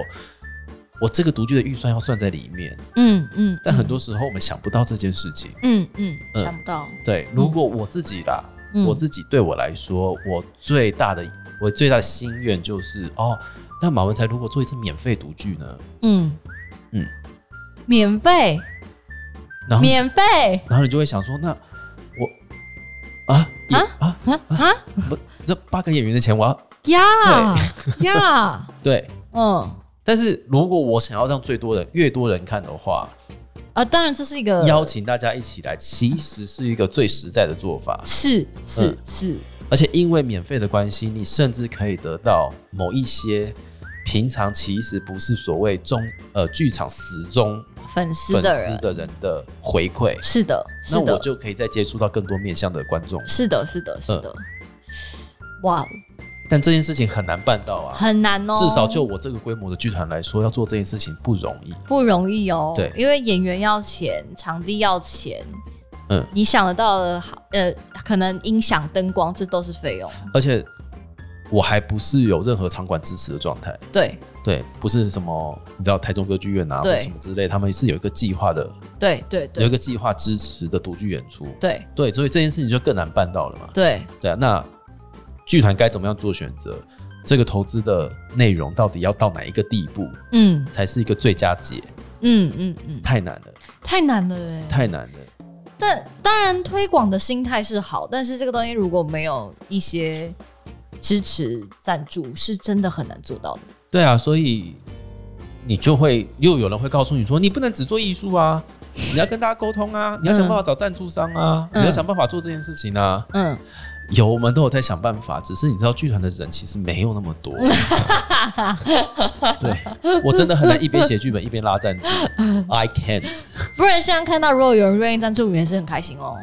Speaker 2: 我这个独剧的预算要算在里面，
Speaker 1: 嗯嗯，
Speaker 2: 但很多时候我们想不到这件事情。
Speaker 1: 嗯嗯
Speaker 2: 嗯
Speaker 1: 想不到，
Speaker 2: 对，如果我自己啦，
Speaker 1: 嗯
Speaker 2: 我自己对我来说，我最大的我最大的心愿就是哦，那马文才如果做一次免费独剧呢，
Speaker 1: 嗯
Speaker 2: 嗯
Speaker 1: 嗯，免费
Speaker 2: 然后
Speaker 1: 免费
Speaker 2: 然后你就会想说，那我啊也
Speaker 1: 啊
Speaker 2: 啊，
Speaker 1: 啊
Speaker 2: 这八个演员的钱我要
Speaker 1: 呀呀，
Speaker 2: 对，
Speaker 1: 嗯
Speaker 2: 但是如果我想要让最多人越多人看的话，
Speaker 1: 啊，当然这是一个
Speaker 2: 邀请大家一起来，其实是一个最实在的做法。
Speaker 1: 是是
Speaker 2: 嗯
Speaker 1: 是，
Speaker 2: 而且因为免费的关系，你甚至可以得到某一些平常其实不是所谓中呃剧场死忠
Speaker 1: 粉丝
Speaker 2: 粉
Speaker 1: 的
Speaker 2: 丝
Speaker 1: 人
Speaker 2: 的人的回馈，
Speaker 1: 是的，是
Speaker 2: 那我
Speaker 1: 的，
Speaker 2: 就可以再接触到更多面向的观众。
Speaker 1: 是的，是的，是的，哇，
Speaker 2: 但这件事情很难办到啊，
Speaker 1: 很难哦，
Speaker 2: 至少就我这个规模的剧团来说，要做这件事情不容易。
Speaker 1: 不容易哦，
Speaker 2: 对
Speaker 1: 因为演员要钱，场地要钱，
Speaker 2: 嗯
Speaker 1: 嗯，你想得到的，呃，可能音响、灯光，这都是费用，
Speaker 2: 而且我还不是有任何场馆支持的状态。
Speaker 1: 对
Speaker 2: 对，不是什么你知道台中歌剧院啊，或
Speaker 1: 对
Speaker 2: 者什么之类，他们是有一个计划的，
Speaker 1: 对对
Speaker 2: 有
Speaker 1: 对
Speaker 2: 一个计划支持的独剧演出。
Speaker 1: 对
Speaker 2: 对，所以这件事情就更难办到了嘛。
Speaker 1: 对，
Speaker 2: 对啊，那剧团该怎么样做选择？这个投资的内容到底要到哪一个地步
Speaker 1: 嗯
Speaker 2: 才是一个最佳解？
Speaker 1: 嗯嗯嗯，
Speaker 2: 太难了，
Speaker 1: 太难了哎、
Speaker 2: 太难了。
Speaker 1: 但当然，推广的心态是好，但是这个东西如果没有一些支持赞助，是真的很难做到的。
Speaker 2: 对啊，所以你就会又有人会告诉你说，你不能只做艺术啊，你要跟大家沟通啊，你要想办法找赞助商啊，
Speaker 1: 嗯
Speaker 2: 你要想办法做这件事情啊。
Speaker 1: 嗯，
Speaker 2: 有，我们都有在想办法，只是你知道剧团的人其实没有那么多。对我真的很难一边写剧本一边拉赞助，I can't。
Speaker 1: 不然现在看到如果有人愿意赞助，我也是很开心哦。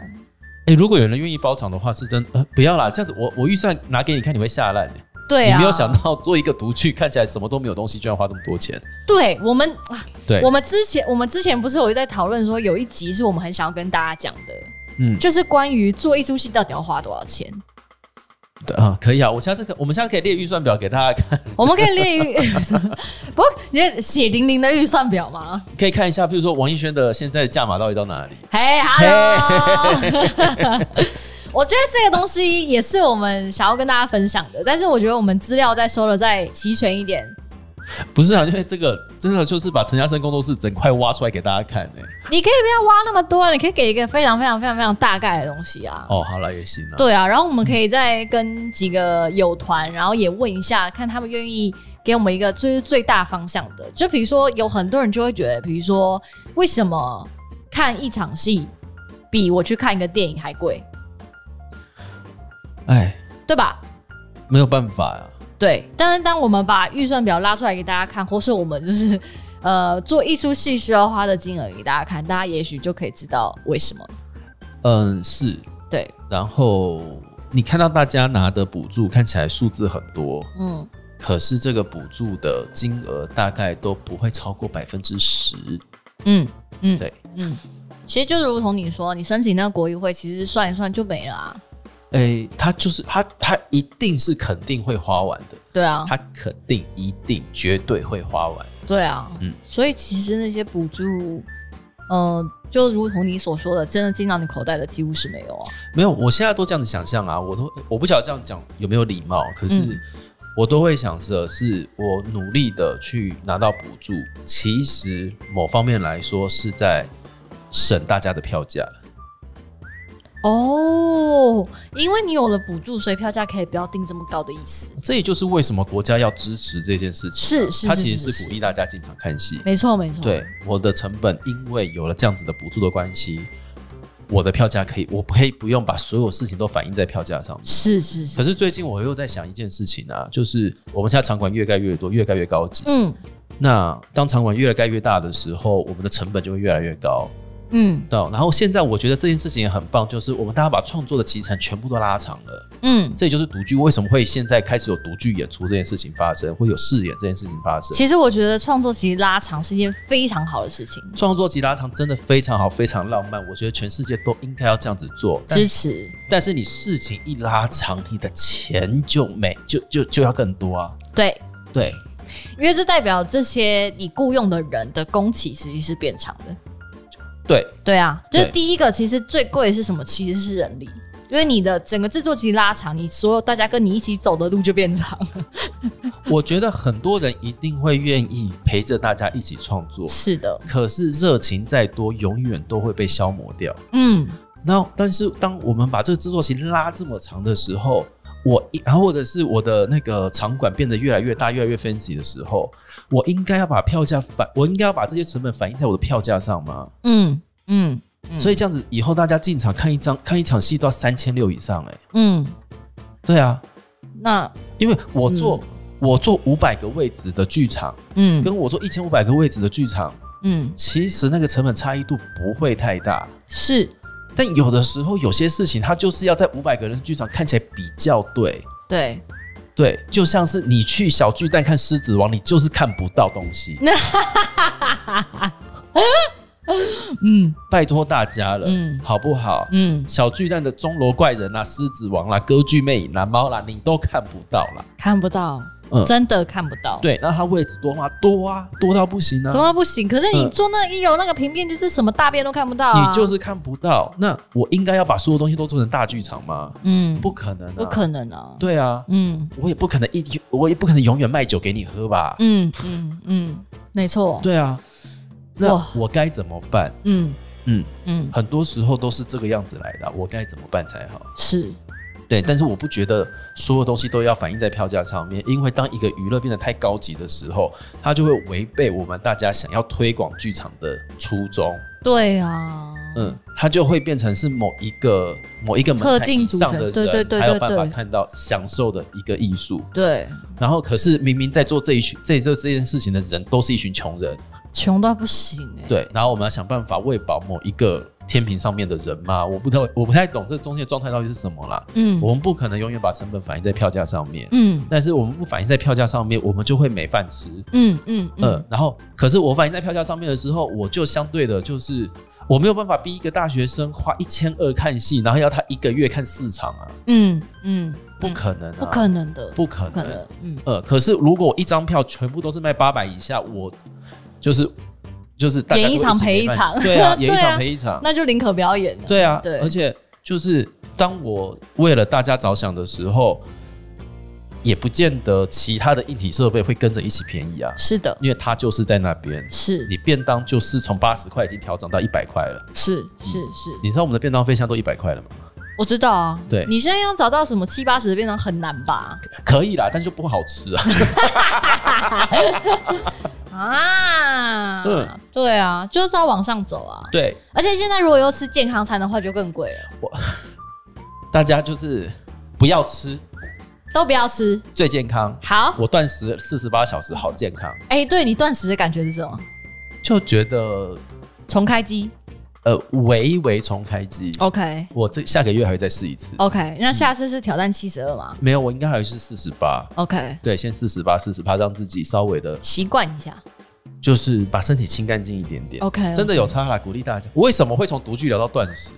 Speaker 2: 哎、如果有人愿意包场的话，是真呃不要啦，这样子我我预算拿给你看，你会吓烂的。
Speaker 1: 对啊，
Speaker 2: 你没有想到做一个独剧，看起来什么都没有东西，居然花这么多钱。
Speaker 1: 对我们，
Speaker 2: 对
Speaker 1: 我，们之前我们之前不是有在讨论说，有一集是我们很想要跟大家讲的，
Speaker 2: 嗯
Speaker 1: 就是关于做一出戏到底要花多少钱。
Speaker 2: 对啊，可以啊，我下次可我们下次可以列预算表给大家看，
Speaker 1: 我们可以列预， 不，你的血淋淋的预算表吗？
Speaker 2: 可以看一下，比如说王艺轩的现在的价码到底到哪里？
Speaker 1: 嘿、h e l l o 我觉得这个东西也是我们想要跟大家分享的，但是我觉得我们资料再收的再齐全一点。
Speaker 2: 不是啊，因为这个真的就是把陈嘉生工作室整块挖出来给大家看哎、
Speaker 1: 你可以不要挖那么多啊，你可以给一个非常非常非常非常大概的东西啊。
Speaker 2: 哦，好了，也行啊。
Speaker 1: 对啊，然后我们可以再跟几个友团，然后也问一下，看他们愿意给我们一个最最大方向的。就比如说，有很多人就会觉得，比如说，为什么看一场戏比我去看一个电影还贵，
Speaker 2: 哎，
Speaker 1: 对吧？
Speaker 2: 没有办法啊。
Speaker 1: 对。但是当我们把预算表拉出来给大家看，或是我们就是呃做一出戏需要花的金额给大家看，大家也许就可以知道为什么。
Speaker 2: 嗯，是。
Speaker 1: 对，
Speaker 2: 然后你看到大家拿的补助看起来数字很多，
Speaker 1: 嗯，
Speaker 2: 可是这个补助的金额大概都不会超过百分之十。
Speaker 1: 嗯，嗯，
Speaker 2: 对，
Speaker 1: 嗯，其实就如同你说，你申请那个国议会，其实算一算就没了啊。
Speaker 2: 哎、他就是他，他一定是肯定会花完的。
Speaker 1: 对啊，
Speaker 2: 他肯定一定绝对会花完。
Speaker 1: 对啊，
Speaker 2: 嗯
Speaker 1: 所以其实那些补助，呃，就如同你所说的，真的进到你口袋的几乎是没有啊。
Speaker 2: 没有，我现在都这样子想象啊，我都我不晓得这样讲有没有礼貌，可是
Speaker 1: 嗯
Speaker 2: 我都会想着是我努力的去拿到补助，其实某方面来说是在省大家的票价。
Speaker 1: 哦，因为你有了补助，所以票价可以不要定这么高的意思。
Speaker 2: 这也就是为什么国家要支持这件事情啊，
Speaker 1: 是是
Speaker 2: 它
Speaker 1: 是
Speaker 2: 其
Speaker 1: 是是
Speaker 2: 实是鼓励大家进场看戏。
Speaker 1: 没错，没错。
Speaker 2: 对，我的成本，因为有了这样子的补助的关系，我的票价可以，我可以不用把所有事情都反映在票价上面。
Speaker 1: 是是是。
Speaker 2: 可是最近我又在想一件事情啊，就是我们现在场馆越盖越多，越盖越高级。
Speaker 1: 嗯
Speaker 2: 那当场馆越盖越大的时候，我们的成本就会越来越高。
Speaker 1: 嗯
Speaker 2: 对，然后现在我觉得这件事情也很棒，就是我们大家把创作的期程全部都拉长了。
Speaker 1: 嗯，
Speaker 2: 这也就是独剧为什么会现在开始有独剧演出这件事情发生，会有试演这件事情发生。
Speaker 1: 其实我觉得创作期拉长是一件非常好的事情，
Speaker 2: 创作集拉长真的非常好，非常浪漫。我觉得全世界都应该要这样子做。但
Speaker 1: 支持。
Speaker 2: 但是你事情一拉长，你的钱就没就就就要更多啊。
Speaker 1: 对，
Speaker 2: 对，
Speaker 1: 因为这代表这些你雇佣的人的工期其实是变长的。
Speaker 2: 对，
Speaker 1: 对啊，就是
Speaker 2: 对
Speaker 1: 第一个，其实最贵的是什么？其实是人力，因为你的整个制作期拉长，你所有大家跟你一起走的路就变长。
Speaker 2: 我觉得很多人一定会愿意陪着大家一起创作，
Speaker 1: 是的，
Speaker 2: 可是热情再多，永远都会被消磨掉。
Speaker 1: 嗯，
Speaker 2: 那但是当我们把这个制作期拉这么长的时候，我一然后或者是我的那个场馆变得越来越大、越来越 fancy 的时候，我应该要把票价反，我应该要把这些成本反映在我的票价上吗？
Speaker 1: 嗯，嗯，嗯
Speaker 2: 所以这样子以后大家进场看一张看一场戏都要三千六以上哎、
Speaker 1: 嗯，
Speaker 2: 对啊，
Speaker 1: 那，
Speaker 2: 因为我做、我做五百个位置的剧场，
Speaker 1: 嗯，
Speaker 2: 跟我做一千五百个位置的剧场。
Speaker 1: 嗯，
Speaker 2: 其实那个成本差异度不会太大，
Speaker 1: 是
Speaker 2: 但有的时候有些事情它就是要在五百个人的剧场看起来比较对。
Speaker 1: 对，
Speaker 2: 对，就像是你去小巨蛋看《狮子王》，你就是看不到东西。
Speaker 1: 嗯
Speaker 2: 拜托大家了，
Speaker 1: 嗯
Speaker 2: 好不好？
Speaker 1: 嗯，
Speaker 2: 小巨蛋的钟楼怪人啦、啊狮子王啦、歌剧魅影啦、猫啦，你都看不到啦。
Speaker 1: 看不到，
Speaker 2: 嗯
Speaker 1: 真的看不到，
Speaker 2: 对，那它位置多吗？多啊，多到不行啊！
Speaker 1: 多到不行。可是你
Speaker 2: 嗯
Speaker 1: 坐那一楼那个平面，就是什么大便都看不到、啊，
Speaker 2: 你就是看不到。那我应该要把所有东西都做成大剧场吗？
Speaker 1: 嗯，
Speaker 2: 不可能、啊，
Speaker 1: 不。可能啊，
Speaker 2: 对啊，
Speaker 1: 嗯
Speaker 2: 我也不可能一天，我也不可能永远卖酒给你喝吧？
Speaker 1: 嗯嗯嗯，没错，
Speaker 2: 对啊，那
Speaker 1: 哇
Speaker 2: 我该怎么办？
Speaker 1: 嗯
Speaker 2: 嗯，
Speaker 1: 嗯
Speaker 2: 很多时候都是这个样子来的啊，我该怎么办才好？
Speaker 1: 是，
Speaker 2: 对，但是我不觉得所有东西都要反映在票价上面，因为当一个娱乐变得太高级的时候，它就会违背我们大家想要推广剧场的初衷。
Speaker 1: 对啊，
Speaker 2: 嗯，它就会变成是某一个某一个门
Speaker 1: 特
Speaker 2: 槛
Speaker 1: 定
Speaker 2: 以
Speaker 1: 族
Speaker 2: 上
Speaker 1: 群
Speaker 2: 的
Speaker 1: 对对
Speaker 2: 人
Speaker 1: 对
Speaker 2: 才有
Speaker 1: 对
Speaker 2: 办法
Speaker 1: 对
Speaker 2: 看到享受的一个艺术。
Speaker 1: 对，
Speaker 2: 然后，可是明明在做这一群在做这件事情的人都是一群穷人，
Speaker 1: 穷到不行哎、
Speaker 2: 对。然后我们要想办法喂饱某一个天平上面的人嘛？我不知道，我不太懂这中间的状态到底是什么啦。
Speaker 1: 嗯
Speaker 2: 我们不可能永远把成本反映在票价上面。
Speaker 1: 嗯
Speaker 2: 但是我们不反映在票价上面，我们就会没饭吃。
Speaker 1: 嗯嗯
Speaker 2: 嗯、
Speaker 1: 嗯，
Speaker 2: 然后可是我反映在票价上面的时候，我就相对的就是我没有办法逼一个大学生花一千二看戏，然后要他一个月看四场啊，
Speaker 1: 嗯嗯，
Speaker 2: 不可能、啊，
Speaker 1: 不可，能的，
Speaker 2: 不可
Speaker 1: 不可
Speaker 2: 能。
Speaker 1: 能，嗯
Speaker 2: 呃，可是如果我一张票全部都是卖八百以下，我就是就是大家
Speaker 1: 演一
Speaker 2: 都
Speaker 1: 场
Speaker 2: 起
Speaker 1: 赔
Speaker 2: 没
Speaker 1: 一
Speaker 2: 饭
Speaker 1: 场
Speaker 2: 吃对 啊，
Speaker 1: 对
Speaker 2: 演一
Speaker 1: 啊
Speaker 2: 场赔一场，
Speaker 1: 那就宁可不要演了，
Speaker 2: 对啊，
Speaker 1: 对
Speaker 2: 而且就是当我为了大家着想的时候，也不见得其他的硬体设备会跟着一起便宜啊，
Speaker 1: 是的，
Speaker 2: 因为它就是在那边，
Speaker 1: 是
Speaker 2: 你便当就是从八十块已经调整到一百块了。
Speaker 1: 是是是，
Speaker 2: 你知道我们的便当费现在都一百块了吗？
Speaker 1: 我知道啊，
Speaker 2: 对
Speaker 1: 你现在要找到什么七八十的便当很难吧？
Speaker 2: 可以啦，但就不好吃啊。
Speaker 1: 啊，
Speaker 2: 嗯
Speaker 1: 对啊，就是要往上走啊。
Speaker 2: 对，
Speaker 1: 而且现在如果又吃健康餐的话，就更贵了，
Speaker 2: 大家就是不要吃，
Speaker 1: 都不要吃。
Speaker 2: 最健康。
Speaker 1: 好，
Speaker 2: 我断食四十八小时，好健康，
Speaker 1: 哎、对你断食的感觉是什么？
Speaker 2: 就觉得
Speaker 1: 重开机
Speaker 2: 呃微微重开机。
Speaker 1: ，OK
Speaker 2: 我这下个月还会再试一次。
Speaker 1: OK，那下次是挑战七十二吗
Speaker 2: 没有，我应该还是四十八。
Speaker 1: ？OK，
Speaker 2: 对，先四十八、四十八，让自己稍微的，
Speaker 1: 习惯一下
Speaker 2: 就是把身体清干净一点点。
Speaker 1: ，OK，
Speaker 2: 真的有差啦，鼓励大家。为什么会从独居聊到断食？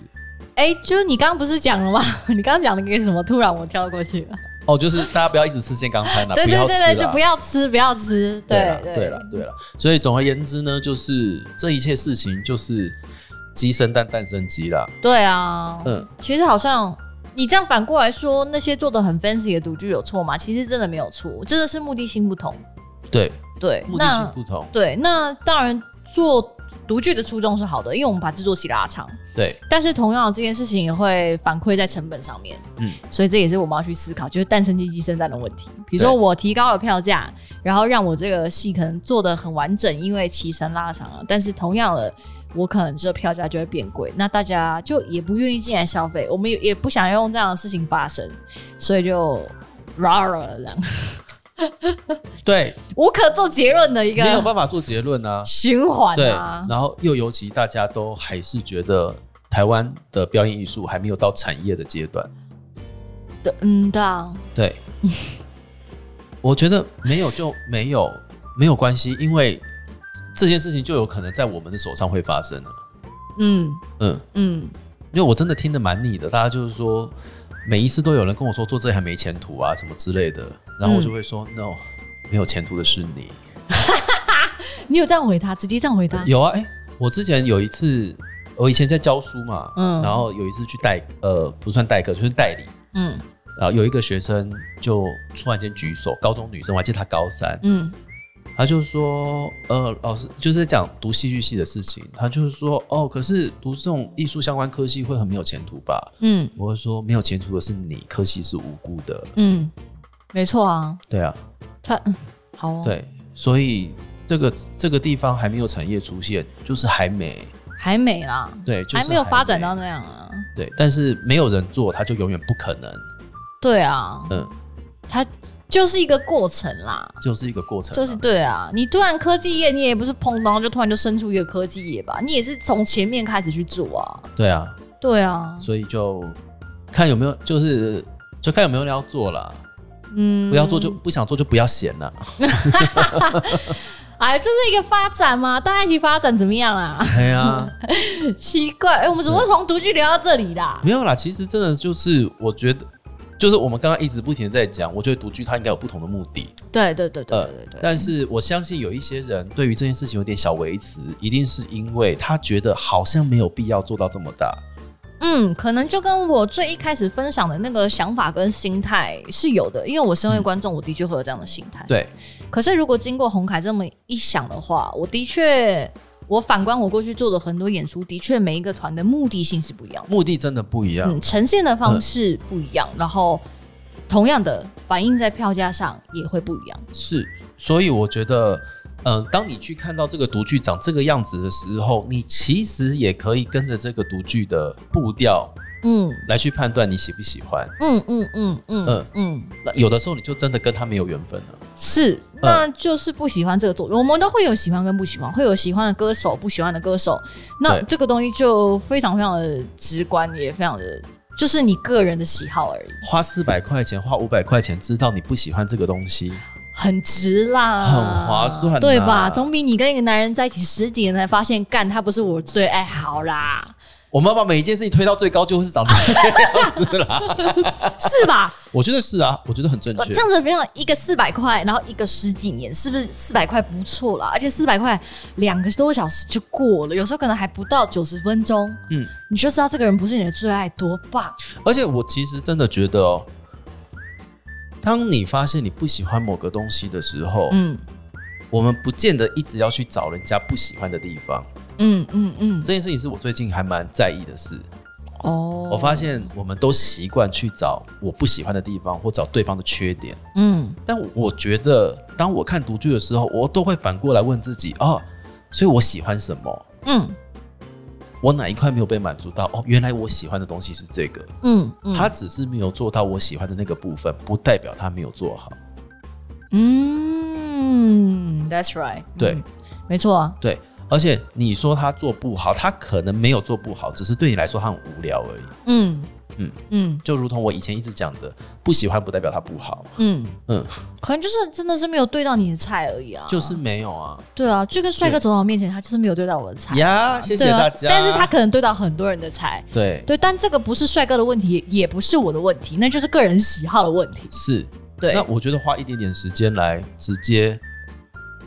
Speaker 1: 哎、就是你刚刚不是讲了吗？你刚刚讲了一个什么？突然我跳过去了。
Speaker 2: 哦，就是大家不要一直吃健康餐啦，
Speaker 1: 对
Speaker 2: 不
Speaker 1: 对
Speaker 2: 要
Speaker 1: 对
Speaker 2: 吃
Speaker 1: 对，就
Speaker 2: 啦
Speaker 1: 不。要吃，不要吃。
Speaker 2: 对
Speaker 1: 对
Speaker 2: 啦对啦，对啦。所以总而言之呢，就是这一切事情就是鸡生蛋，蛋生鸡啦。
Speaker 1: 对啊，
Speaker 2: 嗯，
Speaker 1: 其实好像你这样反过来说，那些做的很 fancy 的赌具有错吗？其实真的没有错，真的是目的性不同。
Speaker 2: 对，
Speaker 1: 对，
Speaker 2: 目的性
Speaker 1: 那
Speaker 2: 不同。
Speaker 1: 对，那当然做独具的初衷是好的，因为我们把制作期拉长，
Speaker 2: 对，
Speaker 1: 但是同样的这件事情也会反馈在成本上面。嗯
Speaker 2: 嗯，
Speaker 1: 所以这也是我们要去思考，就是诞生鸡鸡生蛋的问题。比如说
Speaker 2: 对
Speaker 1: 我提高了票价，然后让我这个戏可能做的很完整，因为期程拉长了，但是同样的。我可能这票价就会变贵，那大家就也不愿意进来消费，我们也也不想要用这样的事情发生，所以就 rah rah 了这样，
Speaker 2: 对，
Speaker 1: 无可做结论的一
Speaker 2: 没有
Speaker 1: 个
Speaker 2: 办法做结论啊。
Speaker 1: 循环
Speaker 2: 对，
Speaker 1: 啊。
Speaker 2: 然后又尤其大家都还是觉得台湾的表演艺术还没有到产业的阶段。
Speaker 1: 对，嗯，对啊，
Speaker 2: 对， 我觉得没有就没有，没有关系，因为这件事情就有可能在我们的手上会发生了。
Speaker 1: 嗯
Speaker 2: 嗯，
Speaker 1: 嗯，
Speaker 2: 因为我真的听得蛮腻的，大家就是说每一次都有人跟我说做这还没前途啊什么之类的，然后我就会说、no，没有前途的是你。
Speaker 1: 你有这样回他，直接这样回他，
Speaker 2: 有啊，哎、我之前有一次，我以前在教书嘛，
Speaker 1: 嗯
Speaker 2: 然后有一次去代呃不算代课，就是代理。
Speaker 1: 嗯
Speaker 2: 然后有一个学生就突然间举手，高中女生，我还记得她高三，
Speaker 1: 嗯
Speaker 2: 他就说，呃，老师就是在讲读戏剧系的事情，他就是说，哦，可是读这种艺术相关科系会很没有前途吧？
Speaker 1: 嗯
Speaker 2: 我会说，没有前途的是你，科系是无辜的，
Speaker 1: 嗯，没错啊，
Speaker 2: 对啊，
Speaker 1: 他嗯 好、哦，，
Speaker 2: 对，所以这个这个地方还没有产业出现，就是还没，
Speaker 1: 还没啦，
Speaker 2: 对，就是
Speaker 1: 还没有发展到那样啊，
Speaker 2: 对，但是没有人做，他就永远不可能，
Speaker 1: 对啊，
Speaker 2: 嗯，
Speaker 1: 它就是一个过程啦，
Speaker 2: 就是一个过程啊、
Speaker 1: 就是对啊，你突然科技业，你也不是砰当就突然就生出一个科技业吧，你也是从前面开始去做啊，
Speaker 2: 对啊，
Speaker 1: 对啊，
Speaker 2: 所以就看有没有，就是就看有没有人要做啦，
Speaker 1: 嗯，
Speaker 2: 不要做就不想做就不要闲了，
Speaker 1: 哎，这是一个发展嘛，大家一起发展怎么样啊？
Speaker 2: 哎呀，
Speaker 1: 奇怪，哎、我们怎么会从独剧聊到这里啦？
Speaker 2: 没有啦，其实真的就是我觉得。就是我们刚刚一直不停的在讲，我觉得独居它应该有不同的目的，
Speaker 1: 对对对对
Speaker 2: 呃
Speaker 1: 对对对，
Speaker 2: 但是我相信有一些人对于这件事情有点小维持，一定是因为他觉得好像没有必要做到这么大，
Speaker 1: 嗯，可能就跟我最一开始分享的那个想法跟心态是有的，因为我身为
Speaker 2: 嗯
Speaker 1: 观众，我的确会有这样的心态。
Speaker 2: 对，
Speaker 1: 可是如果经过红凯这么一想的话，我的确，我反观我过去做的很多演出，的确每一个团的目的性是不一样的，
Speaker 2: 目的真的不一样。
Speaker 1: 嗯，呈现的方式不一
Speaker 2: 嗯
Speaker 1: 样，然后同样的反映在票价上也会不一样。
Speaker 2: 是，所以我觉得，嗯、当你去看到这个独剧长这个样子的时候，你其实也可以跟着这个独剧的步调
Speaker 1: 嗯
Speaker 2: 来去判断你喜不喜欢。
Speaker 1: 嗯嗯嗯嗯
Speaker 2: 嗯
Speaker 1: 嗯，
Speaker 2: 那有的时候你就真的跟他没有缘分了。
Speaker 1: 是，
Speaker 2: 嗯
Speaker 1: 那就是不喜欢这个作品，我们都会有喜欢跟不喜欢，会有喜欢的歌手，不喜欢的歌手。那
Speaker 2: 对
Speaker 1: 这个东西就非常非常的直观，也非常的就是你个人的喜好而已，
Speaker 2: 花四百块钱，花五百块钱，知道你不喜欢这个东西，
Speaker 1: 很值啦，
Speaker 2: 很划算啊
Speaker 1: 对吧？总比你跟一个男人在一起十几年才发现，干他不是我最爱好啦，
Speaker 2: 我们要把每一件事情推到最高，就会是长这个样子啦。
Speaker 1: 是吧？
Speaker 2: 我觉得是啊，我觉得很正
Speaker 1: 我
Speaker 2: 确
Speaker 1: 这。样子，比方一个四百块，然后一个十几年，是不是四百块不错啦？而且四百块两个多小时就过了，有时候可能还不到九十分钟。
Speaker 2: 嗯，
Speaker 1: 你就知道这个人不是你的最爱，多棒！
Speaker 2: 而且我其实真的觉得哦，当你发现你不喜欢某个东西的时候，
Speaker 1: 嗯
Speaker 2: 我们不见得一直要去找人家不喜欢的地方。
Speaker 1: 嗯嗯嗯，
Speaker 2: 这件事情是我最近还蛮在意的事。
Speaker 1: 哦
Speaker 2: 我发，现我们都习惯去找我不喜欢的地方，或找对方的缺点。
Speaker 1: 嗯
Speaker 2: 但我觉得，当我看独剧的时候，我都会反过来问自己：哦，所以我喜欢什么？
Speaker 1: 嗯
Speaker 2: 我哪一块没有被满足到？哦，原来我喜欢的东西是这个。
Speaker 1: 嗯嗯，
Speaker 2: 他只是没有做到我喜欢的那个部分，不代表他没有做好。
Speaker 1: 嗯，That's right，
Speaker 2: 对
Speaker 1: 嗯没错啊，
Speaker 2: 对，而且你说他做不好，他可能没有做不好，只是对你来说他很无聊而已。
Speaker 1: 嗯嗯
Speaker 2: 嗯
Speaker 1: 嗯
Speaker 2: 就如同我以前一直讲的，不喜欢不代表他不好，
Speaker 1: 嗯
Speaker 2: 嗯，
Speaker 1: 可能就是真的是没有对到你的菜而已啊，
Speaker 2: 就是没有啊。
Speaker 1: 对啊，就跟帅哥
Speaker 2: 对
Speaker 1: 走到我面前，他就是没有对到我的菜，
Speaker 2: 呀，谢谢
Speaker 1: 对啊
Speaker 2: 大家。
Speaker 1: 但是他可能对到很多人的菜，
Speaker 2: 对
Speaker 1: 对，但这个不是帅哥的问题，也不是我的问题，那就是个人喜好的问题，
Speaker 2: 是，
Speaker 1: 对
Speaker 2: 那，我觉得花一点点时间来直接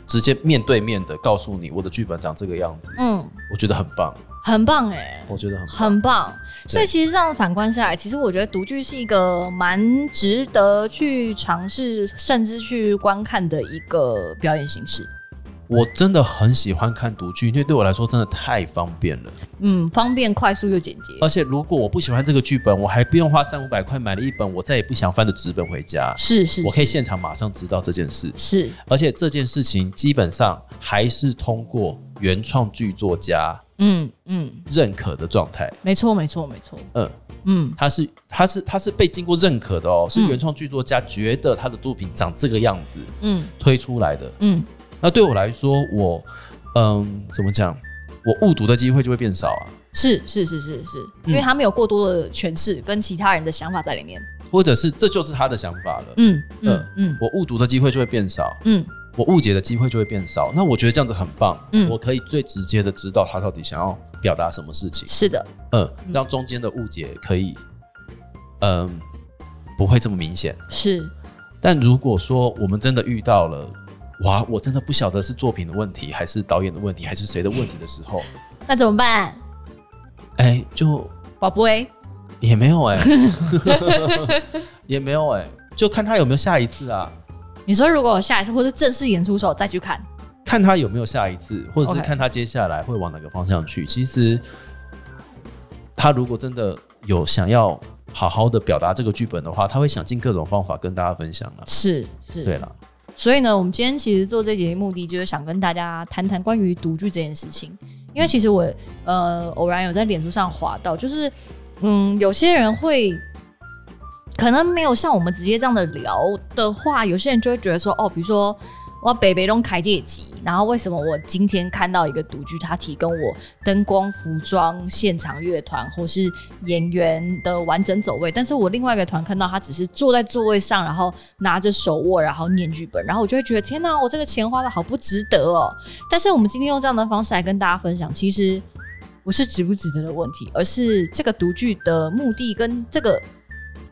Speaker 2: 直接面对面的告诉你我的剧本长这个样子，
Speaker 1: 嗯，
Speaker 2: 我觉得很棒，
Speaker 1: 很棒哎、
Speaker 2: 我觉得很棒
Speaker 1: 很棒。
Speaker 2: 对
Speaker 1: 所以其实这样反观下来，其实我觉得独居是一个蛮值得去尝试，甚至去观看的一个表演形式。
Speaker 2: 我真的很喜欢看独剧，因为对我来说真的太方便了。
Speaker 1: 嗯，方便、快速又简洁。
Speaker 2: 而且如果我不喜欢这个剧本，我还不用花三五百块买了一本我再也不想翻的纸本回家，
Speaker 1: 是是
Speaker 2: 我可以现场马上知道这件事。
Speaker 1: 是，
Speaker 2: 而且这件事情基本上还是通过原创剧作家
Speaker 1: 嗯嗯，
Speaker 2: 认可的状态。
Speaker 1: 没错没错没错，
Speaker 2: 嗯，
Speaker 1: 嗯
Speaker 2: 他是他是他是被经过认可的哦，是
Speaker 1: 嗯
Speaker 2: 原创剧作家觉得他的作品长这个样子
Speaker 1: 嗯
Speaker 2: 推出来的。
Speaker 1: 嗯
Speaker 2: 那对我来说，我嗯怎么讲，我误读的机会就会变少啊，
Speaker 1: 是是是是是，因为
Speaker 2: 嗯
Speaker 1: 他没有过多的诠释跟其他人的想法在里面。
Speaker 2: 或者是这就是他的想法了。
Speaker 1: 嗯嗯
Speaker 2: 呃
Speaker 1: 嗯
Speaker 2: 我误读的机会就会变少，
Speaker 1: 嗯
Speaker 2: 我误解的机会就会变少。那我觉得这样子很棒，
Speaker 1: 嗯
Speaker 2: 我可以最直接的知道他到底想要表达什么事情，
Speaker 1: 是的，
Speaker 2: 嗯
Speaker 1: 嗯，
Speaker 2: 让中间的误解可以，嗯，不会这么明显。
Speaker 1: 是
Speaker 2: 但如果说我们真的遇到了，哇，我真的不晓得是作品的问题，还是导演的问题，还是谁的问题的时候，
Speaker 1: 那怎么办？
Speaker 2: 哎、就
Speaker 1: 宝贝，
Speaker 2: 也没有 哎、也没有哎、就看他有没有下一次啊，
Speaker 1: 你说如果我下一次或是正式演出的时候再去看，
Speaker 2: 看他有没有下一次，或者是
Speaker 1: OK
Speaker 2: 看他接下来会往哪个方向去。其实，他如果真的有想要好好的表达这个剧本的话，他会想尽各种方法跟大家分享了。
Speaker 1: 是是，
Speaker 2: 对了，
Speaker 1: 所以呢，我们今天其实做这节目的就是想跟大家谈谈关于独居这件事情，因为其实我呃偶然有在脸书上滑到，就是嗯有些人会可能没有像我们直接这样的聊的话，有些人就会觉得说哦，比如说我北北弄开借机，然后为什么我今天看到一个独剧，它提供我灯光、服装、现场乐团或是演员的完整走位，但是我另外一个团看到他只是坐在座位上，然后拿着手握，然后念剧本，然后我就会觉得天哪，我这个钱花的好不值得哦。但是我们今天用这样的方式来跟大家分享，其实不是值不值得的问题，而是这个独剧的目的跟这个。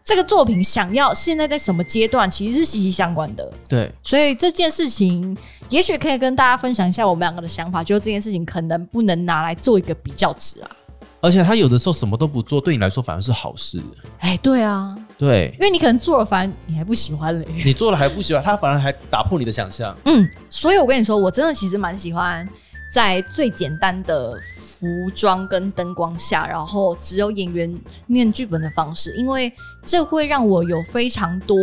Speaker 1: 这个作品想要现在在什么阶段，其实是息息相关的。
Speaker 2: 对，
Speaker 1: 所以这件事情，也许可以跟大家分享一下我们两个的想法，就是这件事情可能不能拿来做一个比较值啊。
Speaker 2: 而且他有的时候什么都不做，对你来说反而是好事。
Speaker 1: 哎，对啊，
Speaker 2: 对
Speaker 1: 因为你可能做了，反而你还不喜欢嘞。
Speaker 2: 你做了还不喜欢，他反而还打破你的想象。
Speaker 1: 嗯，所以我跟你说，我真的其实蛮喜欢在最简单的服装跟灯光下，然后只有演员念剧本的方式，因为这会让我有非常多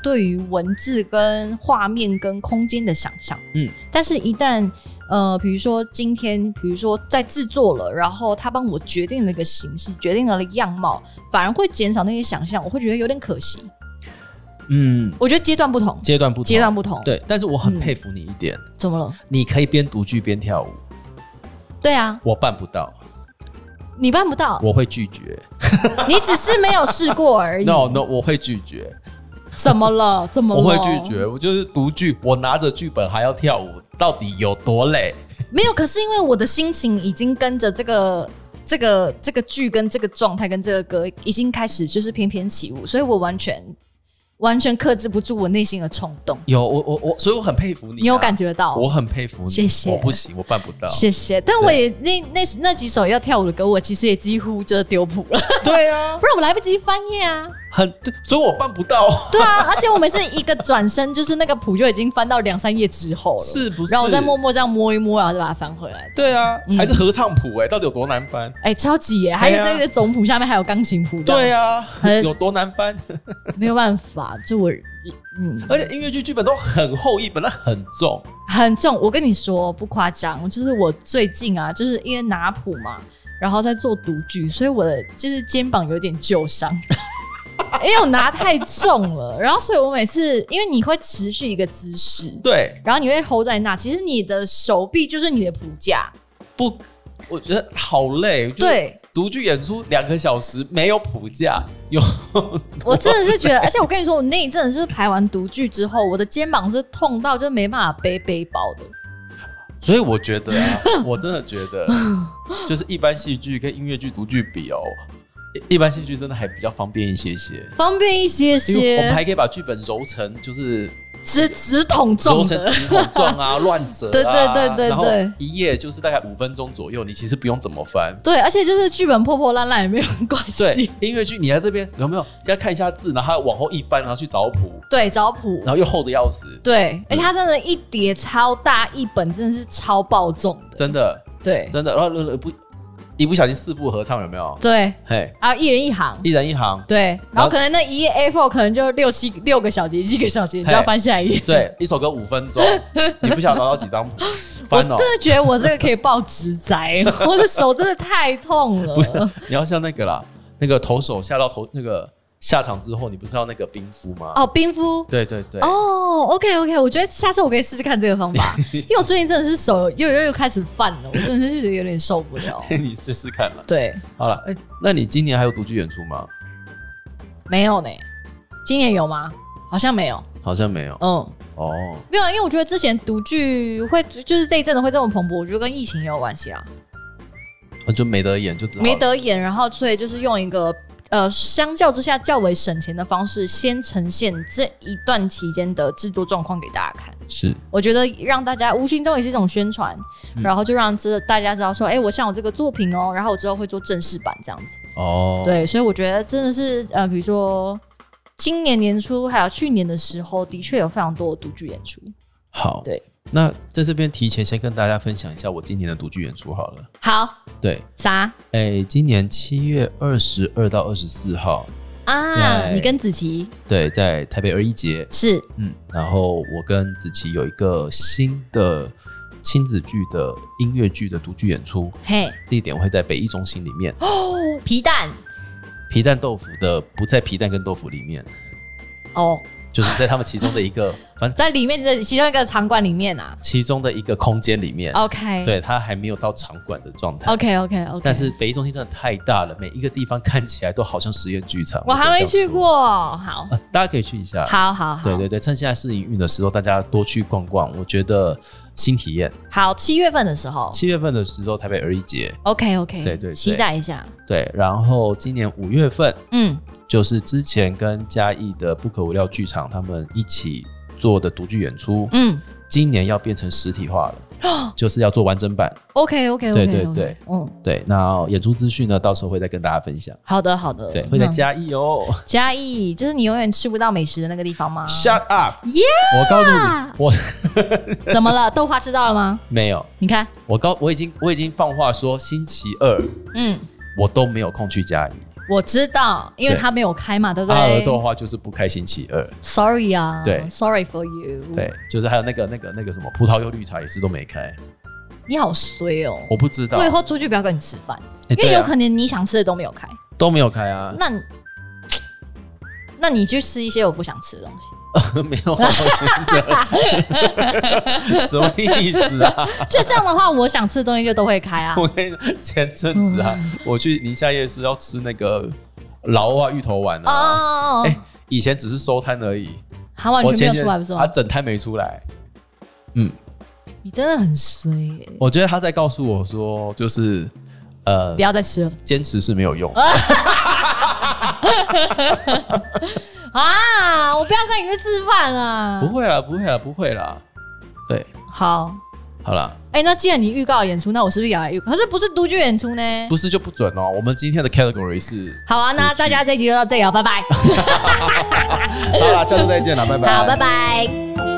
Speaker 1: 对于文字、跟画面、跟空间的想象。
Speaker 2: 嗯，
Speaker 1: 但是，一旦呃，比如说今天，比如说在制作了，然后他帮我决定了一个形式，决定了样貌，反而会减少那些想象，我会觉得有点可惜。
Speaker 2: 嗯，
Speaker 1: 我觉得阶段不同，
Speaker 2: 阶段不同
Speaker 1: 阶段不同，，
Speaker 2: 对，但是我很
Speaker 1: 嗯
Speaker 2: 佩服你一点，
Speaker 1: 怎么了？
Speaker 2: 你可以边读剧边跳舞，
Speaker 1: 对啊，
Speaker 2: 我办不到，
Speaker 1: 你办不到。
Speaker 2: 我会拒绝。
Speaker 1: 你只是没有试过而已。
Speaker 2: No No，我会拒绝，
Speaker 1: 怎么了？怎么了？
Speaker 2: 我会拒。绝。我就是读剧，我拿着剧本还要跳舞，到底有多累？
Speaker 1: 没有，可是因为我的心情已经跟着这个、这个、这个剧跟这个状态跟这个歌已经开始就是翩翩起舞，所以我完全完全克制不住我内心的冲动。
Speaker 2: 有我我我，所以我很佩服你、啊
Speaker 1: 你有感？觉到？
Speaker 2: 我很佩服你，
Speaker 1: 谢谢
Speaker 2: 我不行，我办不到。
Speaker 1: 谢谢。但我也那那那几首要跳舞的歌，我其实也几乎就是丢谱了，
Speaker 2: 对啊，
Speaker 1: 不然我来不及翻页啊。
Speaker 2: 很对，所以我办不到，
Speaker 1: 对啊，而且我每次一个转身，就是那个谱就已经翻到两三页之后了，
Speaker 2: 是不是？
Speaker 1: 然后我再默默这样摸一摸，然后再把它翻回来。
Speaker 2: 对啊，
Speaker 1: 嗯
Speaker 2: 还是合唱谱哎、到底有多难翻？
Speaker 1: 哎、超级耶！还
Speaker 2: 哎呀
Speaker 1: 有那个总谱下面还有钢琴谱，
Speaker 2: 对，啊，
Speaker 1: 很
Speaker 2: 有多难翻？
Speaker 1: 没有办法，就我嗯
Speaker 2: 而且音乐剧剧本都很厚一本，那很重。
Speaker 1: 很重。我跟你说不夸张，就是我最近啊，就是因为拿谱嘛，然后在做独剧，所以我的就是肩膀有点旧 伤，因为我拿太重了。然后所以我每次因为你会持续一个姿势，
Speaker 2: 对，
Speaker 1: 然后你会 hold 在那，其实你的手臂就是你的谱架，
Speaker 2: 不，我觉得好累。就是
Speaker 1: 对。
Speaker 2: 独剧演出两个小时没有谱架，有
Speaker 1: 我真的是觉得，而且我跟你说，我那一阵子就是排完独剧之后，我的肩膀是痛到就没办法背背包的。
Speaker 2: 所以我觉得 啊，我真的觉得，就是一般戏剧跟音乐剧独剧比哦，一一般戏剧真的还比较方便一些些，
Speaker 1: 方便一些
Speaker 2: 因为我们
Speaker 1: 些，
Speaker 2: 还可以把剧本揉成就是
Speaker 1: 直直筒
Speaker 2: 揉
Speaker 1: 重
Speaker 2: 成
Speaker 1: 的，
Speaker 2: 几筒 状啊、乱折啊，
Speaker 1: 对对对对
Speaker 2: 然后
Speaker 1: 对
Speaker 2: 一页就是大概五分钟左右，你其实不用怎么翻。
Speaker 1: 对，而且就是剧本破破烂烂也没有关
Speaker 2: 对
Speaker 1: 系。，
Speaker 2: 音乐剧你在这边有没有要看一下字，然后往后一翻，然后去找谱，
Speaker 1: 对，找谱
Speaker 2: 然，后嗯又厚的要死，
Speaker 1: 对，而且它真的一叠超大一本，真的是超爆重的，
Speaker 2: 真的
Speaker 1: 对
Speaker 2: 真的，然后呃不一不小心四部合唱有没有？
Speaker 1: 对，
Speaker 2: 嘿，
Speaker 1: 啊，一人一行。
Speaker 2: 一人一行，
Speaker 1: 对，
Speaker 2: 然
Speaker 1: 然
Speaker 2: 后
Speaker 1: 后可能那一页 A4 可能就六七六个小节，七个小节，你就要
Speaker 2: 嘿
Speaker 1: 翻下一页。
Speaker 2: 对，一首歌五 分钟，你不想拿到几张谱，
Speaker 1: 我
Speaker 2: 翻
Speaker 1: 真
Speaker 2: 哦。
Speaker 1: 的觉得我这个可以报职 灾，我的手真的太痛了。
Speaker 2: 不是你要像那个啦，那个投手下到投那个下场之后，你不是要那个冰敷吗？
Speaker 1: 哦，冰敷。
Speaker 2: 对对对，
Speaker 1: 哦，OK OK，我觉得下次我可以试试看这个方 法，因为我最近真的是手又又又开始犯了，我真的是觉得有点受不了。
Speaker 2: 你试试看啦。
Speaker 1: 对，
Speaker 2: 好了，哎、那你今年还有独居演出吗？
Speaker 1: 没有呢，今年有吗？好像没有，
Speaker 2: 好像没有
Speaker 1: 嗯，
Speaker 2: 哦。
Speaker 1: 没有，因为我觉得之前独剧会就是这一阵子会这么蓬勃，我觉得跟疫情也有关系啊，
Speaker 2: 那就没得演，就只好
Speaker 1: 没得演，然后所以就是用一个呃相较之下较为省钱的方式，先呈现这一段期间的制作状况给大家看。
Speaker 2: 是
Speaker 1: 我觉得让大家无形中也是一种宣传，
Speaker 2: 嗯
Speaker 1: 然后就让知大家知道说，哎、我像我这个作品哦，然后我之后会做正式版这样子。
Speaker 2: 哦。，
Speaker 1: 对，所以我觉得真的是呃，比如说今年年初还有去年的时候，的确有非常多的独剧演出。
Speaker 2: 好，
Speaker 1: 对。
Speaker 2: 那在这边提前先跟大家分享一下我今年的独居演出好了。
Speaker 1: 好，
Speaker 2: 对，
Speaker 1: 啥
Speaker 2: 哎、今年七月二十二到二十四号，
Speaker 1: 啊？
Speaker 2: 在
Speaker 1: 你跟子琪
Speaker 2: 对，在台北二一节，
Speaker 1: 是
Speaker 2: 嗯，然后我跟子琪有一个新的亲子剧的音乐剧的独剧演出，
Speaker 1: 嘿
Speaker 2: 地点会在北艺中心里面，
Speaker 1: 哦皮蛋
Speaker 2: 皮蛋豆腐的不在皮蛋跟豆腐里面，
Speaker 1: 哦
Speaker 2: 就是在他们其中的一个，反正
Speaker 1: 在里面的其中一个场馆里面啊。
Speaker 2: 其中的一个空间里
Speaker 1: 哦
Speaker 2: 面，
Speaker 1: OK，
Speaker 2: 对，它还没有到场馆的状态。
Speaker 1: ，OK OK OK，
Speaker 2: 但是北艺中心真的太大了，每一个地方看起来都好像实验剧场。
Speaker 1: 我还没去
Speaker 2: 我
Speaker 1: 过，好
Speaker 2: 这，样说，呃大家可以去一下。
Speaker 1: 好好好，
Speaker 2: 对对对，趁现在试营运的时候，大家多去逛逛，我觉得新体验。
Speaker 1: 好，七月份的时候
Speaker 2: 七月份的时候，台北儿艺节，
Speaker 1: ，OK OK，
Speaker 2: 对对对
Speaker 1: 期待一下，
Speaker 2: 对，然后今年五月份
Speaker 1: 嗯
Speaker 2: 就是之前跟嘉义的不可无聊剧场他们一起做的独剧演出，
Speaker 1: 嗯
Speaker 2: 今年要变成实体化了，就是要做完整版。
Speaker 1: ，OK OK OK，
Speaker 2: 对对对，
Speaker 1: 嗯，
Speaker 2: 对，那演出资讯呢，到时候会再跟大家分享。
Speaker 1: 好的好的，
Speaker 2: 对，会在
Speaker 1: 那
Speaker 2: 嘉义哦。
Speaker 1: 嘉义，就是你永远吃不到美食的那个地方吗？
Speaker 2: Shut up！
Speaker 1: Yeah！
Speaker 2: 我告诉你，我
Speaker 1: 怎么了？豆花吃到了吗？
Speaker 2: 没有，
Speaker 1: 你看，
Speaker 2: 我告我已经我已经放话说星期二
Speaker 1: 嗯，
Speaker 2: 我都没有空去嘉义。
Speaker 1: 我知道，因为
Speaker 2: 对
Speaker 1: 它没有开嘛，对不
Speaker 2: 阿尔的
Speaker 1: 对
Speaker 2: 话就是不开星期二，
Speaker 1: ？Sorry 啊，
Speaker 2: 对
Speaker 1: ，Sorry for you。
Speaker 2: 对，，就是还有那个那个那个什么葡萄柚绿茶也是都没开，
Speaker 1: 你好衰哦。
Speaker 2: 我不知道，
Speaker 1: 我以后出去不要跟你吃饭，
Speaker 2: 哎
Speaker 1: 因为
Speaker 2: 对啊
Speaker 1: 有可能你想吃的都没有开。
Speaker 2: 都没有开啊，
Speaker 1: 那你，那你去吃一些我不想吃的东西。
Speaker 2: 没有，啊我觉得 什么意思啊？
Speaker 1: 就这样的话，我想吃的东西就都会开啊。
Speaker 2: 我跟你讲，前阵子啊，
Speaker 1: 嗯
Speaker 2: 我去宁夏夜市要吃那个劳啊芋头丸啊，
Speaker 1: 哦，
Speaker 2: 哎以前只是收摊而已，
Speaker 1: 它完
Speaker 2: 我
Speaker 1: 全没
Speaker 2: 前啊
Speaker 1: 有出来，不是
Speaker 2: 他
Speaker 1: 吗？
Speaker 2: 整摊没出来。
Speaker 1: 你真的很衰耶，
Speaker 2: 我觉得他在告诉我说，就是呃
Speaker 1: 不，要再吃了。
Speaker 2: 坚持是没有用的。
Speaker 1: 啊！我不要跟你去吃饭啊！
Speaker 2: 不会啦，不会啦，不会啦。对，
Speaker 1: 好，
Speaker 2: 好啦，
Speaker 1: 哎、那既然你预告演出，那我是不是也要预告？可是不是独剧演出呢？
Speaker 2: 不是就不准哦。我们今天的 category 是，
Speaker 1: 好啊，那
Speaker 2: 独剧
Speaker 1: 大家这一集就到这里了，拜拜。
Speaker 2: 好啦，下次再见啦，拜拜。
Speaker 1: 好，拜拜。